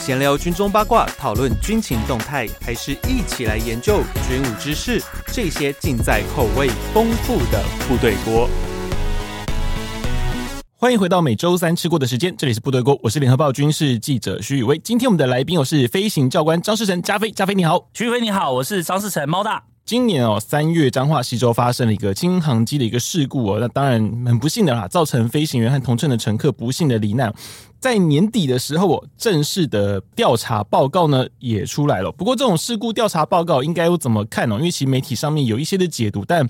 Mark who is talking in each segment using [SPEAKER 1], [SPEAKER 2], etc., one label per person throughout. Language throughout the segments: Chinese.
[SPEAKER 1] 闲聊军中八卦，讨论军情动态，还是一起来研究军武知识？这些尽在口味丰富的部队锅。欢迎回到每周三吃过的时间，这里是部队锅，我是联合报军事记者徐宇威。今天我们的来宾我是飞行教官张世成，加菲，加菲你好。
[SPEAKER 2] 徐飞你好，我是张世成猫大。
[SPEAKER 1] 今年哦，三月彰化西州发生了一个轻航机的一个事故哦，那当然很不幸的啦，造成飞行员和同乘的乘客不幸的罹难。在年底的时候哦，正式的调查报告呢也出来了。不过这种事故调查报告应该要怎么看哦？因为其实媒体上面有一些的解读，但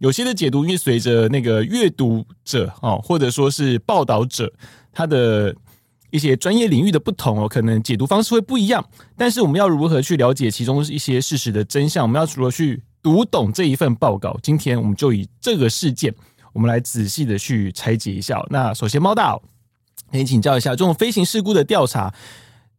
[SPEAKER 1] 有些的解读，因为随着那个阅读者哦，或者说是报道者，他的一些专业领域的不同哦，可能解读方式会不一样。但是我们要如何去了解其中一些事实的真相？我们要如何去读懂这一份报告？今天我们就以这个事件，我们来仔细的去拆解一下哦。那首先，猫大、哦，先请教一下这种飞行事故的调查。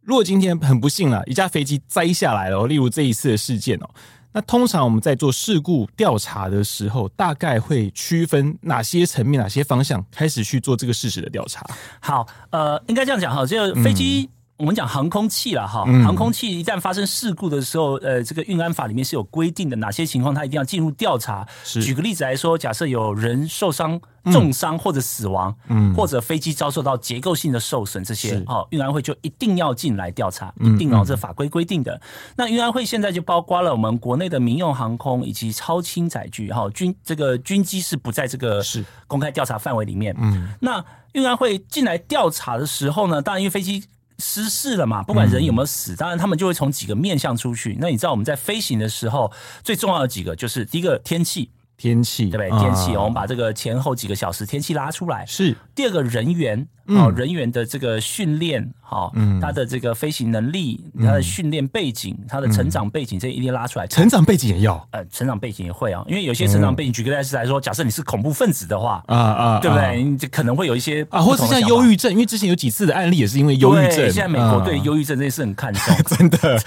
[SPEAKER 1] 如果今天很不幸了，啊一架飞机栽下来了哦，例如这一次的事件哦，那通常我们在做事故调查的时候，大概会区分哪些层面、哪些方向开始去做这个事实的调查？
[SPEAKER 2] 好，呃，应该这样讲哈，就飞机、我们讲航空器了哈，
[SPEAKER 1] 嗯
[SPEAKER 2] 航空器一旦发生事故的时候，呃，这个运安法里面是有规定的，哪些情况它一定要进入调查。
[SPEAKER 1] 是
[SPEAKER 2] 举个例子来说，假设有人受伤、重伤或者死亡，
[SPEAKER 1] 嗯
[SPEAKER 2] 或者飞机遭受到结构性的受损，这些
[SPEAKER 1] 是
[SPEAKER 2] 哦，运安会就一定要进来调查，
[SPEAKER 1] 嗯
[SPEAKER 2] 一定哦
[SPEAKER 1] 嗯，
[SPEAKER 2] 这法规规定的。那运安会现在就包括了我们国内的民用航空以及超轻载具，哈、军这个军机是不在这个
[SPEAKER 1] 是
[SPEAKER 2] 公开调查范围里面。
[SPEAKER 1] 嗯，
[SPEAKER 2] 那运安会进来调查的时候呢，当然因为飞机失事了嘛，不管人有没有
[SPEAKER 1] 嗯
[SPEAKER 2] 死，当然他们就会从几个面向出去。那你知道我们在飞行的时候最重要的几个，就是第一个天气，
[SPEAKER 1] 天气，
[SPEAKER 2] 对不对？天气，哦
[SPEAKER 1] 啊
[SPEAKER 2] 我们把这个前后几个小时天气拉出来。
[SPEAKER 1] 是
[SPEAKER 2] 第二个人员，哦，人员的这个训练，好、
[SPEAKER 1] 嗯
[SPEAKER 2] 他的这个飞行能力，他的训练背景，他的成长
[SPEAKER 1] 嗯
[SPEAKER 2] 背景，这一定拉出来。
[SPEAKER 1] 成长背景也要
[SPEAKER 2] 呃，成长背景也会啊，因为有些
[SPEAKER 1] 嗯
[SPEAKER 2] 成长背景，举个例子来说，假设你是恐怖分子的话，
[SPEAKER 1] 啊啊，
[SPEAKER 2] 对不对？
[SPEAKER 1] 啊？
[SPEAKER 2] 你这可能会有一些
[SPEAKER 1] 啊，或
[SPEAKER 2] 不
[SPEAKER 1] 者
[SPEAKER 2] 同
[SPEAKER 1] 是
[SPEAKER 2] 的
[SPEAKER 1] 像
[SPEAKER 2] 想法
[SPEAKER 1] 忧郁症，因为之前有几次的案例也是因为忧郁
[SPEAKER 2] 对
[SPEAKER 1] 症。
[SPEAKER 2] 现在美国对
[SPEAKER 1] 啊
[SPEAKER 2] 忧郁症这件事很看重。
[SPEAKER 1] 真的，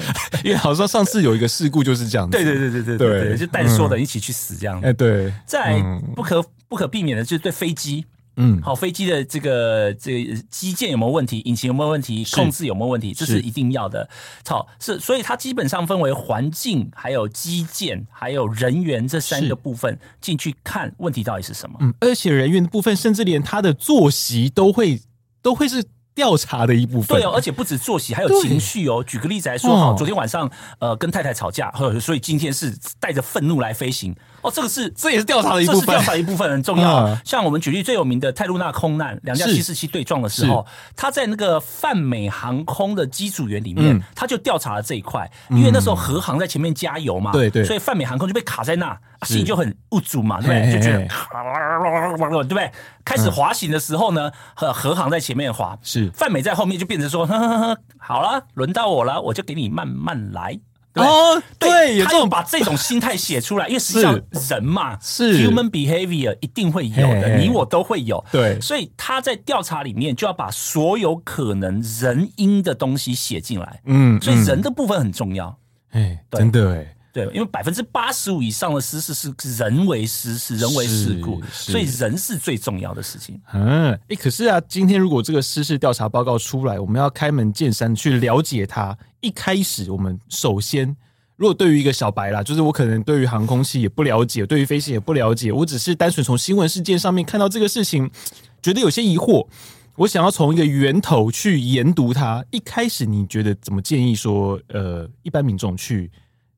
[SPEAKER 1] 因为好像上次有一个事故就是这样子。
[SPEAKER 2] 对对对对对
[SPEAKER 1] 对嗯
[SPEAKER 2] 对对，就带着所有的人一起去死这样。
[SPEAKER 1] 哎对，
[SPEAKER 2] 再来不可不可避免的就是对飞机，
[SPEAKER 1] 嗯，
[SPEAKER 2] 好飞机的这个这个机件有没有问题，引擎有没有问题，
[SPEAKER 1] 是
[SPEAKER 2] 控制有没有问题，这
[SPEAKER 1] 是
[SPEAKER 2] 是一定要的。好，是所以它基本上分为环境、还有基建、还有人员这三
[SPEAKER 1] 是
[SPEAKER 2] 个部分进去看问题到底是什么。
[SPEAKER 1] 嗯，而且人员的部分，甚至连他的作息都会都会是调查的一部分。
[SPEAKER 2] 对哦，而且不止作息，还有
[SPEAKER 1] 对
[SPEAKER 2] 情绪哦。举个例子来说，
[SPEAKER 1] 哦
[SPEAKER 2] 哈、昨天晚上呃跟太太吵架，呵所以今天是带着愤怒来飞行。哦，这个是
[SPEAKER 1] 这也是调查的一部
[SPEAKER 2] 这是调
[SPEAKER 1] 分。
[SPEAKER 2] 查的一部分很重要啊。
[SPEAKER 1] 嗯
[SPEAKER 2] 像我们举例最有名的泰露娜空难，两架
[SPEAKER 1] 是
[SPEAKER 2] 七四七对撞的时候，他在那个泛美航空的机组员里面，
[SPEAKER 1] 嗯
[SPEAKER 2] 他就调查了这一块，因为那时候和航在前面加油嘛，
[SPEAKER 1] 对对
[SPEAKER 2] 所以泛美航空就被卡在那，啊
[SPEAKER 1] 是
[SPEAKER 2] 心里就很无助嘛，对不
[SPEAKER 1] 嘿
[SPEAKER 2] 对？
[SPEAKER 1] 嘿
[SPEAKER 2] 就觉得
[SPEAKER 1] 嘿 嗯
[SPEAKER 2] 对不对？开始滑行的时候呢，和和航在前面滑，
[SPEAKER 1] 是
[SPEAKER 2] 泛美在后面就变成说， 呵呵呵，好了，轮到我了，我就给你慢慢来。对不对
[SPEAKER 1] 哦，对，有
[SPEAKER 2] 他
[SPEAKER 1] 这
[SPEAKER 2] 有
[SPEAKER 1] 种
[SPEAKER 2] 把这种心态写出来，因为实际上人 嘛，
[SPEAKER 1] 是
[SPEAKER 2] human behavior 一定会有
[SPEAKER 1] 嘿
[SPEAKER 2] 的，
[SPEAKER 1] 嘿
[SPEAKER 2] 你我都会有。
[SPEAKER 1] 对
[SPEAKER 2] 所以他在调查里面就要把所有可能人因的东西写进来，
[SPEAKER 1] 嗯，
[SPEAKER 2] 所以
[SPEAKER 1] 嗯
[SPEAKER 2] 人的部分很重要。
[SPEAKER 1] 哎，
[SPEAKER 2] 对
[SPEAKER 1] 真的哎，
[SPEAKER 2] 对，因为百分之八十五以上的失事是人为失事、人为事故，
[SPEAKER 1] 是是
[SPEAKER 2] 所以人是最重要的事情。
[SPEAKER 1] 嗯，哎、可是啊，今天如果这个失事调查报告出来，我们要开门见山去了解它。一开始，我们首先，如果对于一个小白啦，就是我可能对于航空器也不了解，对于飞行也不了解，我只是单纯从新闻事件上面看到这个事情，觉得有些疑惑，我想要从一个源头去研读它。一开始，你觉得怎么建议说，呃，一般民众去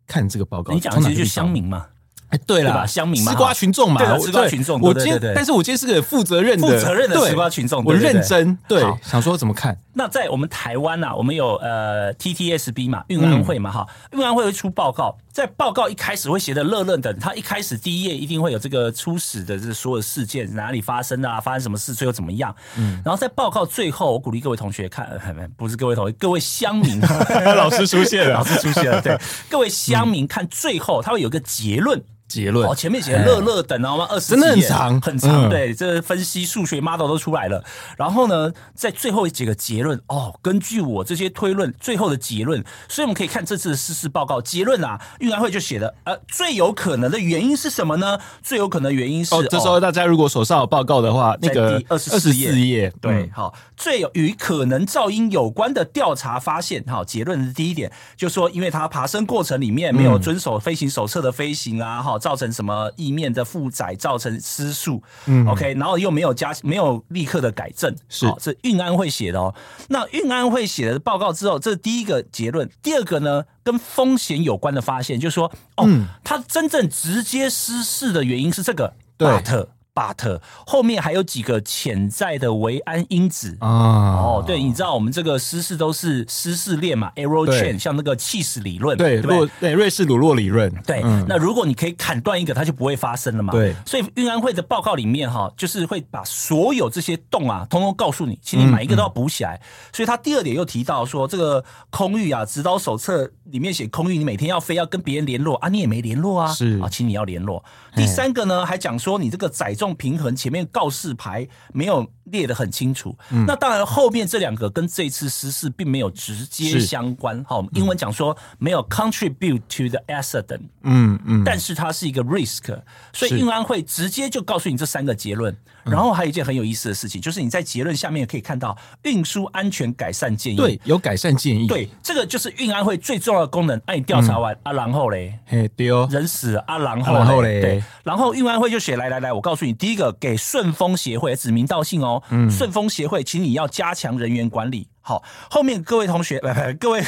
[SPEAKER 1] 看这个报告？
[SPEAKER 2] 你讲
[SPEAKER 1] 从
[SPEAKER 2] 的
[SPEAKER 1] 哪
[SPEAKER 2] 其实
[SPEAKER 1] 个
[SPEAKER 2] 就
[SPEAKER 1] 地
[SPEAKER 2] 乡
[SPEAKER 1] 方
[SPEAKER 2] 民嘛，
[SPEAKER 1] 哎，对
[SPEAKER 2] 对
[SPEAKER 1] 啦，
[SPEAKER 2] 吧乡民嘛
[SPEAKER 1] 吃瓜群众嘛，
[SPEAKER 2] 对啦
[SPEAKER 1] 我
[SPEAKER 2] 吃瓜群众
[SPEAKER 1] 我
[SPEAKER 2] 对
[SPEAKER 1] 今天
[SPEAKER 2] 对对
[SPEAKER 1] 但是我今天是个负责任的、
[SPEAKER 2] 负责任的
[SPEAKER 1] 对
[SPEAKER 2] 吃瓜群众
[SPEAKER 1] 我
[SPEAKER 2] 对对对
[SPEAKER 1] 认真，对
[SPEAKER 2] 好，
[SPEAKER 1] 想说怎么看？
[SPEAKER 2] 那在我们台湾呐、我们有呃 TTSB 嘛，运
[SPEAKER 1] 嗯
[SPEAKER 2] 安会嘛，哈、运安会会出报告，在报告一开始会写的热热的，它一开始第一页一定会有这个初始的这所有事件哪里发生的啊，发生什么事，最后怎么样，嗯，然后在报告最后，我鼓励各位同学看， 呃不是各位同学，各位乡民，
[SPEAKER 1] 老师出现了
[SPEAKER 2] 老师出现了，对，各位乡民看最后，它会有一个结论。
[SPEAKER 1] 结论哎
[SPEAKER 2] 哦，。前面写乐乐等，然后二十
[SPEAKER 1] 真的很长
[SPEAKER 2] 很长，
[SPEAKER 1] 嗯
[SPEAKER 2] 对，这分析数学 model 都出来了。然后呢，在最后几个结论哦，根据我这些推论，最后的结论，所以我们可以看这次的事事报告结论啊，运安会就写的，呃，最有可能的原因是什么呢？最有可能的原因是
[SPEAKER 1] 哦，这时候大家如果手上有报告的话，那
[SPEAKER 2] 在
[SPEAKER 1] 个
[SPEAKER 2] 第24
[SPEAKER 1] 24页，
[SPEAKER 2] 对，
[SPEAKER 1] 嗯，
[SPEAKER 2] 好，最有与可能噪音有关的调查发现，哈，结论是第一点，就说因为它爬升过程里面没有遵守飞行手册的飞行啊，哈，造成什么翼面的负载，造成失速，嗯，OK，然后又没有加，没有立刻的改正，
[SPEAKER 1] 是
[SPEAKER 2] 好这运安会写的哦。那运安会写的报告之后，这是第一个结论，第二个呢，跟风险有关的发现，就是说，哦，它真正直接失事的原因是这个，
[SPEAKER 1] 对
[SPEAKER 2] but but 后面还有几个潜在的维安因子。
[SPEAKER 1] 啊，
[SPEAKER 2] 哦，对，你知道我们这个失事都是失事链嘛，arrow
[SPEAKER 1] 对
[SPEAKER 2] chain，像那个气势理论，
[SPEAKER 1] 对，
[SPEAKER 2] 对不对
[SPEAKER 1] 洛对瑞士鲁洛理论，
[SPEAKER 2] 对，
[SPEAKER 1] 嗯
[SPEAKER 2] 那如果你可以砍断一个，它就不会发生了嘛。
[SPEAKER 1] 对
[SPEAKER 2] 所以运安会的报告里面哈，就是会把所有这些洞啊，通通告诉你，请你每一个都要补起
[SPEAKER 1] 嗯
[SPEAKER 2] 来。所以他第二点又提到说，这个空域啊，指导手册里面写空域，你每天要飞，要跟别人联络啊，你也没联络啊，
[SPEAKER 1] 是
[SPEAKER 2] 啊，请你要联络。第三个呢，还讲说你这个载重平衡前面告示牌没有列得很清楚。
[SPEAKER 1] 嗯
[SPEAKER 2] 那当然，后面这两个跟这次失事并没有直接
[SPEAKER 1] 是
[SPEAKER 2] 相关。好，我们英文讲说没有 contribute to the accident。
[SPEAKER 1] 嗯嗯，
[SPEAKER 2] 但是它是一个 risk，所以
[SPEAKER 1] 是嗯
[SPEAKER 2] 运安会直接就告诉你这三个结论。然后还有一件很有意思的事情，就是你在结论下面可以看到运输安全改善建议。
[SPEAKER 1] 对，有改善建议，，
[SPEAKER 2] 对，这个就是运安会最重要的功能。哎、你调查完、
[SPEAKER 1] 嗯
[SPEAKER 2] 啊，然后嘞，
[SPEAKER 1] 嘿，对哦，
[SPEAKER 2] 人死了啊，然
[SPEAKER 1] 啊
[SPEAKER 2] 后
[SPEAKER 1] 然后嘞
[SPEAKER 2] 嘞，对，然后运安会就写来来来，我告诉你，第一个给顺丰协会指名道姓哦，
[SPEAKER 1] 嗯
[SPEAKER 2] 顺丰协会，请你要加强人员管理。好，后面各位同学， 呃、不各位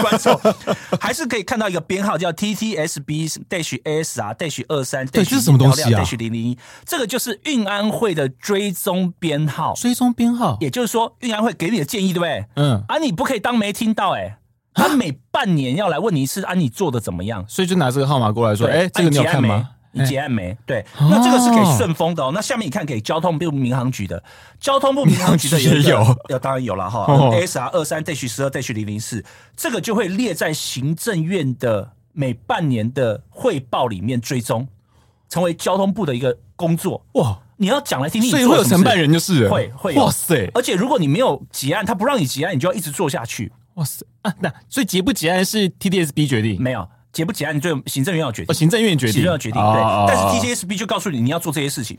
[SPEAKER 2] 观众， 还是可以看到一个编号叫 TTSB dash AS 啊 dash 二三，
[SPEAKER 1] 对这是什么东西啊
[SPEAKER 2] dash 零零一，这个就是运安会的追踪编号，
[SPEAKER 1] 追踪编号，
[SPEAKER 2] 也就是说，运安会给你的建议，对不对？
[SPEAKER 1] 嗯，啊
[SPEAKER 2] 啊，你不可以当没听到哎、他每半年要来问你一次，啊，你做的怎么样？
[SPEAKER 1] 所以就拿这个号码过来说，
[SPEAKER 2] 对
[SPEAKER 1] 哎，
[SPEAKER 2] 啊
[SPEAKER 1] 这个你有
[SPEAKER 2] 结案
[SPEAKER 1] 看
[SPEAKER 2] 没
[SPEAKER 1] 吗？哎哦
[SPEAKER 2] 你结案没？对，那这个是给顺丰的哦。那下面你看给交通部民航局的，交通部民 航局的
[SPEAKER 1] 民航局也
[SPEAKER 2] 有一
[SPEAKER 1] 有
[SPEAKER 2] 个，要当然有了哈。
[SPEAKER 1] 哦
[SPEAKER 2] ASR 二三 dash 十二 dash 零零四，这个就会列在行政院的每半年的汇报里面追踪，成为交通部的一个工作。
[SPEAKER 1] 哇，
[SPEAKER 2] 你要讲来听听，
[SPEAKER 1] 所以会有承办。人就是了
[SPEAKER 2] 会会有
[SPEAKER 1] 哇塞
[SPEAKER 2] 而且如果你没有结案，他不让你结案，你就要一直做下去。
[SPEAKER 1] 哇塞啊，那所以结不结案是 TDSB 决定，
[SPEAKER 2] 没有结不结案，你最后行政院要决
[SPEAKER 1] 哦，
[SPEAKER 2] 定，
[SPEAKER 1] 行政院决定，
[SPEAKER 2] 行政院决定。
[SPEAKER 1] 哦
[SPEAKER 2] 对，但是 TTSB 就告诉你你要做这些事情。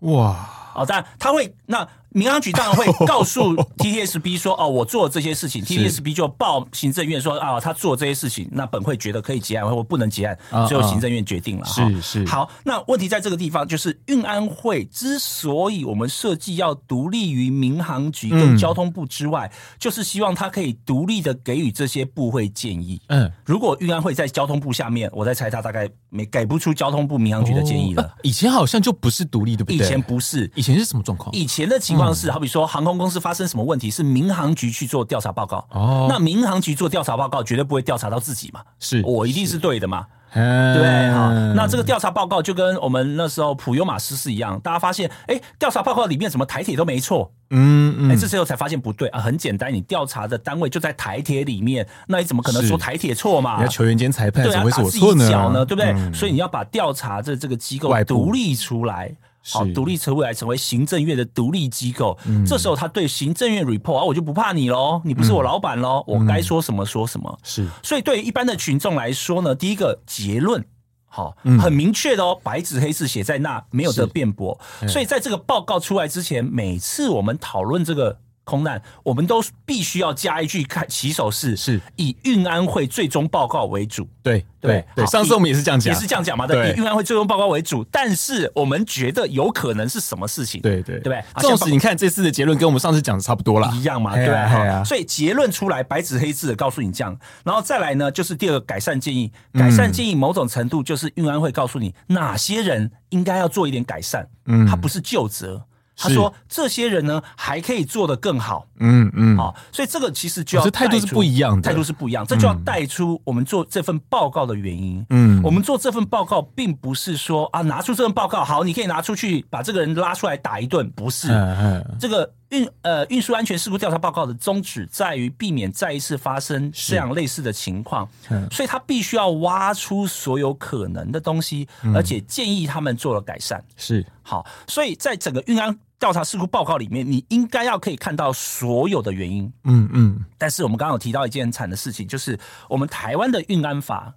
[SPEAKER 1] 哇，
[SPEAKER 2] 哦，当然他会，那民航局当 然会告诉 TTSB 说，哦，我做了这些事情，TTSB 就报行政院说，啊、他做这些事情，那本会觉得可以结案或不能结案
[SPEAKER 1] 啊，
[SPEAKER 2] 最后行政院决定了。
[SPEAKER 1] 是
[SPEAKER 2] 哈
[SPEAKER 1] 是
[SPEAKER 2] 好，那问题在这个地方，就是运安会之所以我们设计要独立于民航局跟交通部之外，
[SPEAKER 1] 嗯
[SPEAKER 2] 就是希望它可以独立的给予这些部会建议。
[SPEAKER 1] 嗯，
[SPEAKER 2] 如果运安会在交通部下面，我在猜他大概没给不出交通部民航局的建议了。
[SPEAKER 1] 哦啊以前好像就不是独立，对不对？
[SPEAKER 2] 以前不是，
[SPEAKER 1] 以前是什么状况？
[SPEAKER 2] 以前的情况是，
[SPEAKER 1] 嗯
[SPEAKER 2] 好比说航空公司发生什么问题，是民航局去做调查报告。
[SPEAKER 1] 哦
[SPEAKER 2] 那民航局做调查报告，绝对不会调查到自己嘛，
[SPEAKER 1] 是
[SPEAKER 2] 我一定是对的嘛，
[SPEAKER 1] 嗯
[SPEAKER 2] 对不对？好，那这个调查报告就跟我们那时候普悠马斯是一样，大家发现，哎，调查报告里面怎么台铁都没错，
[SPEAKER 1] 嗯
[SPEAKER 2] 哎，
[SPEAKER 1] 嗯，
[SPEAKER 2] 这时候才发现不对啊，很简单，你调查的单位就在台铁里面，那你怎么可能
[SPEAKER 1] 是
[SPEAKER 2] 说台铁错嘛？
[SPEAKER 1] 人家球员兼裁判
[SPEAKER 2] 啊对
[SPEAKER 1] 怎
[SPEAKER 2] 啊，
[SPEAKER 1] 么会是
[SPEAKER 2] 打
[SPEAKER 1] 我
[SPEAKER 2] 自
[SPEAKER 1] 错
[SPEAKER 2] 己
[SPEAKER 1] 呢？
[SPEAKER 2] 脚呢，对不对？
[SPEAKER 1] 嗯
[SPEAKER 2] 所以你要把调查这这个机构
[SPEAKER 1] 外部
[SPEAKER 2] 独立出来。好，
[SPEAKER 1] 是
[SPEAKER 2] 独立成为来成为行政院的独立机构，
[SPEAKER 1] 嗯
[SPEAKER 2] 这时候他对行政院 report 啊，我就不怕你喽，你不是我老板喽，
[SPEAKER 1] 嗯
[SPEAKER 2] 我该说什么说什么。
[SPEAKER 1] 是
[SPEAKER 2] 所以对于一般的群众来说呢，第一个结论。好，
[SPEAKER 1] 嗯
[SPEAKER 2] 很明确的哦，白纸黑字写在那，没有得辩驳。
[SPEAKER 1] 哎
[SPEAKER 2] 所以在这个报告出来之前，每次我们讨论这个空难，我们都必须要加一句看起手式，
[SPEAKER 1] 是
[SPEAKER 2] 以运安会最终报告为主。
[SPEAKER 1] 对对
[SPEAKER 2] 对
[SPEAKER 1] 对，
[SPEAKER 2] 好
[SPEAKER 1] 上次我们也是这样讲，
[SPEAKER 2] 也是这样讲嘛，
[SPEAKER 1] 对
[SPEAKER 2] 对，以运安会最终报告为主，但是我们觉得有可能是什么事情，
[SPEAKER 1] 对对
[SPEAKER 2] 对不对好
[SPEAKER 1] 纵
[SPEAKER 2] 像
[SPEAKER 1] 使你看这次的结论跟我们上次讲的差不多啦，
[SPEAKER 2] 一样嘛，
[SPEAKER 1] 嘿
[SPEAKER 2] 对
[SPEAKER 1] 啊
[SPEAKER 2] 不对
[SPEAKER 1] 嘿啊
[SPEAKER 2] 哈哎所以结论出来，白纸黑字的告诉你这样，然后再来呢，就是第二个改善建议，改善建议某种程度就是运安会告诉你哪些人应该要做一点改善，嗯，他不是就责，他
[SPEAKER 1] 是
[SPEAKER 2] 说这些人呢还可以做得更好，
[SPEAKER 1] 嗯嗯，
[SPEAKER 2] 好、所以这个其实就
[SPEAKER 1] 哦
[SPEAKER 2] 要
[SPEAKER 1] 这态度是
[SPEAKER 2] 带出
[SPEAKER 1] 不一样的
[SPEAKER 2] 态度是不一样，这就要带出我们做这份报告的原因。
[SPEAKER 1] 嗯
[SPEAKER 2] 我们做这份报告并不是说啊拿出这份报告好，你可以拿出去把这个人拉出来打一顿，不是。
[SPEAKER 1] 嗯嗯，
[SPEAKER 2] 这个运呃运输安全事故调查报告的宗旨在于避免再一次发生这样类似的情况，所以他必须要挖出所有可能的东西，
[SPEAKER 1] 嗯
[SPEAKER 2] 而且建议他们做了改善。
[SPEAKER 1] 是
[SPEAKER 2] 好，所以在整个运安调查事故报告里面，你应该要可以看到所有的原因。
[SPEAKER 1] 嗯嗯，
[SPEAKER 2] 但是我们刚刚有提到一件很惨的事情，就是我们台湾的运安法，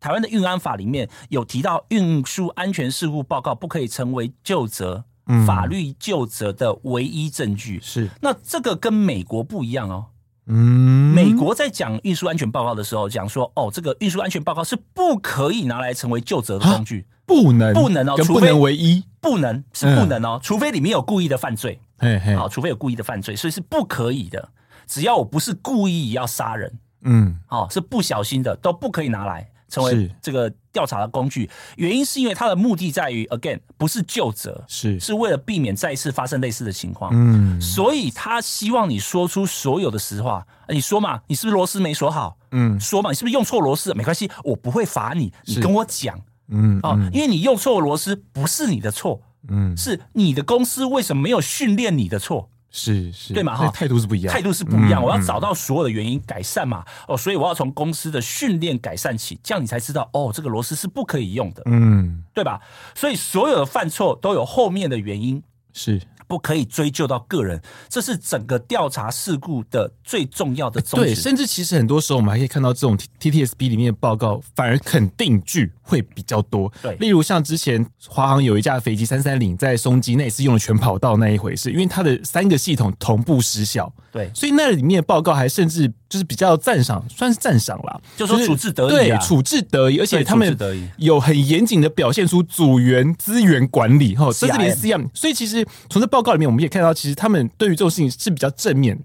[SPEAKER 2] 台湾的运安法里面有提到运输安全事故报告不可以成为就责、
[SPEAKER 1] 嗯
[SPEAKER 2] 法律就责的唯一证据。
[SPEAKER 1] 是
[SPEAKER 2] 那这个跟美国不一样哦。
[SPEAKER 1] 嗯，
[SPEAKER 2] 美国在讲运输安全报告的时候，讲说哦，这个运输安全报告是不可以拿来成为就责的工具，
[SPEAKER 1] 不能
[SPEAKER 2] 不能哦
[SPEAKER 1] 跟
[SPEAKER 2] 除
[SPEAKER 1] 不
[SPEAKER 2] 非
[SPEAKER 1] 能唯一，
[SPEAKER 2] 不能
[SPEAKER 1] 嗯
[SPEAKER 2] 是不能哦，除非里面有故意的犯罪，
[SPEAKER 1] 嘿嘿，
[SPEAKER 2] 好，除非有故意的犯罪，所以是不可以的。只要我不是故意要杀人，
[SPEAKER 1] 嗯
[SPEAKER 2] 哦，是不小心的，都不可以拿来成为
[SPEAKER 1] 是
[SPEAKER 2] 这个调查的工具。原因是因为它的目的在于，again，不是就责，
[SPEAKER 1] 是
[SPEAKER 2] 是为了避免再一次发生类似的情况。
[SPEAKER 1] 嗯
[SPEAKER 2] 所以他希望你说出所有的实话。呃你说嘛，你是不是螺丝没锁好？
[SPEAKER 1] 嗯
[SPEAKER 2] 说嘛，你是不是用错螺丝了？没关系，我不会罚你，你
[SPEAKER 1] 是
[SPEAKER 2] 跟我讲
[SPEAKER 1] 嗯
[SPEAKER 2] 哦，因为你用错螺丝不是你的错，
[SPEAKER 1] 嗯
[SPEAKER 2] 是你的公司为什么没有训练你的错？
[SPEAKER 1] 是是，
[SPEAKER 2] 对嘛
[SPEAKER 1] 那
[SPEAKER 2] 哈
[SPEAKER 1] 态度是不一样，
[SPEAKER 2] 态度是不一
[SPEAKER 1] 嗯
[SPEAKER 2] 样，我要找到所有的原因改善嘛。哦，所以我要从公司的训练改善起，这样你才知道哦，这个螺丝是不可以用的，
[SPEAKER 1] 嗯
[SPEAKER 2] 对吧？所以所有的犯错都有后面的原因，
[SPEAKER 1] 是
[SPEAKER 2] 不可以追究到个人，这是整个调查事故的最重要的宗
[SPEAKER 1] 哎对，啊
[SPEAKER 2] 旨。
[SPEAKER 1] 甚至其实很多时候我们还可以看到这种 T T S B 里面的报告，反而肯定句会比较多。
[SPEAKER 2] 对
[SPEAKER 1] 例如像之前华航有一架飞机三三零在松基那次用了全跑道那一回事，因为它的三个系统同步失效，
[SPEAKER 2] 对，
[SPEAKER 1] 所以那里面的报告还甚至就是比较赞赏，算是赞赏啦，
[SPEAKER 2] 就说
[SPEAKER 1] 是
[SPEAKER 2] 处置得宜啊
[SPEAKER 1] 对，处置得宜，而且
[SPEAKER 2] 对
[SPEAKER 1] 他们
[SPEAKER 2] 处置得宜
[SPEAKER 1] 有很严谨的表现出组员资源管理，哈，甚至连 CM，所以其实从这报告里面我们也看到，其实他们对于这种事情是比较正面。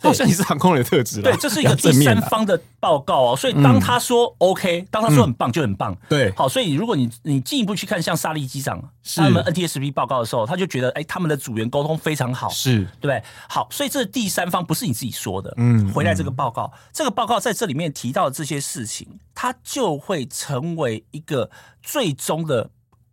[SPEAKER 2] 对
[SPEAKER 1] 好像也是航空人的特质啦
[SPEAKER 2] 对，这是一个
[SPEAKER 1] 比较
[SPEAKER 2] 第
[SPEAKER 1] 正面啊
[SPEAKER 2] 三
[SPEAKER 1] 啦
[SPEAKER 2] 方的报告哦，所以当他说 OK，当他说很棒就很棒。
[SPEAKER 1] 嗯对
[SPEAKER 2] 好，所以如果你你进一步去看像萨利机长
[SPEAKER 1] 是
[SPEAKER 2] 他们 NTSB 报告的时候，他就觉得哎，他们的组员沟通非常好，
[SPEAKER 1] 是
[SPEAKER 2] 对不对？好，所以这第三方不是你自己说的，嗯，回来这个报告，这个报告在这里面提到的这些事情，它就会成为一个最终的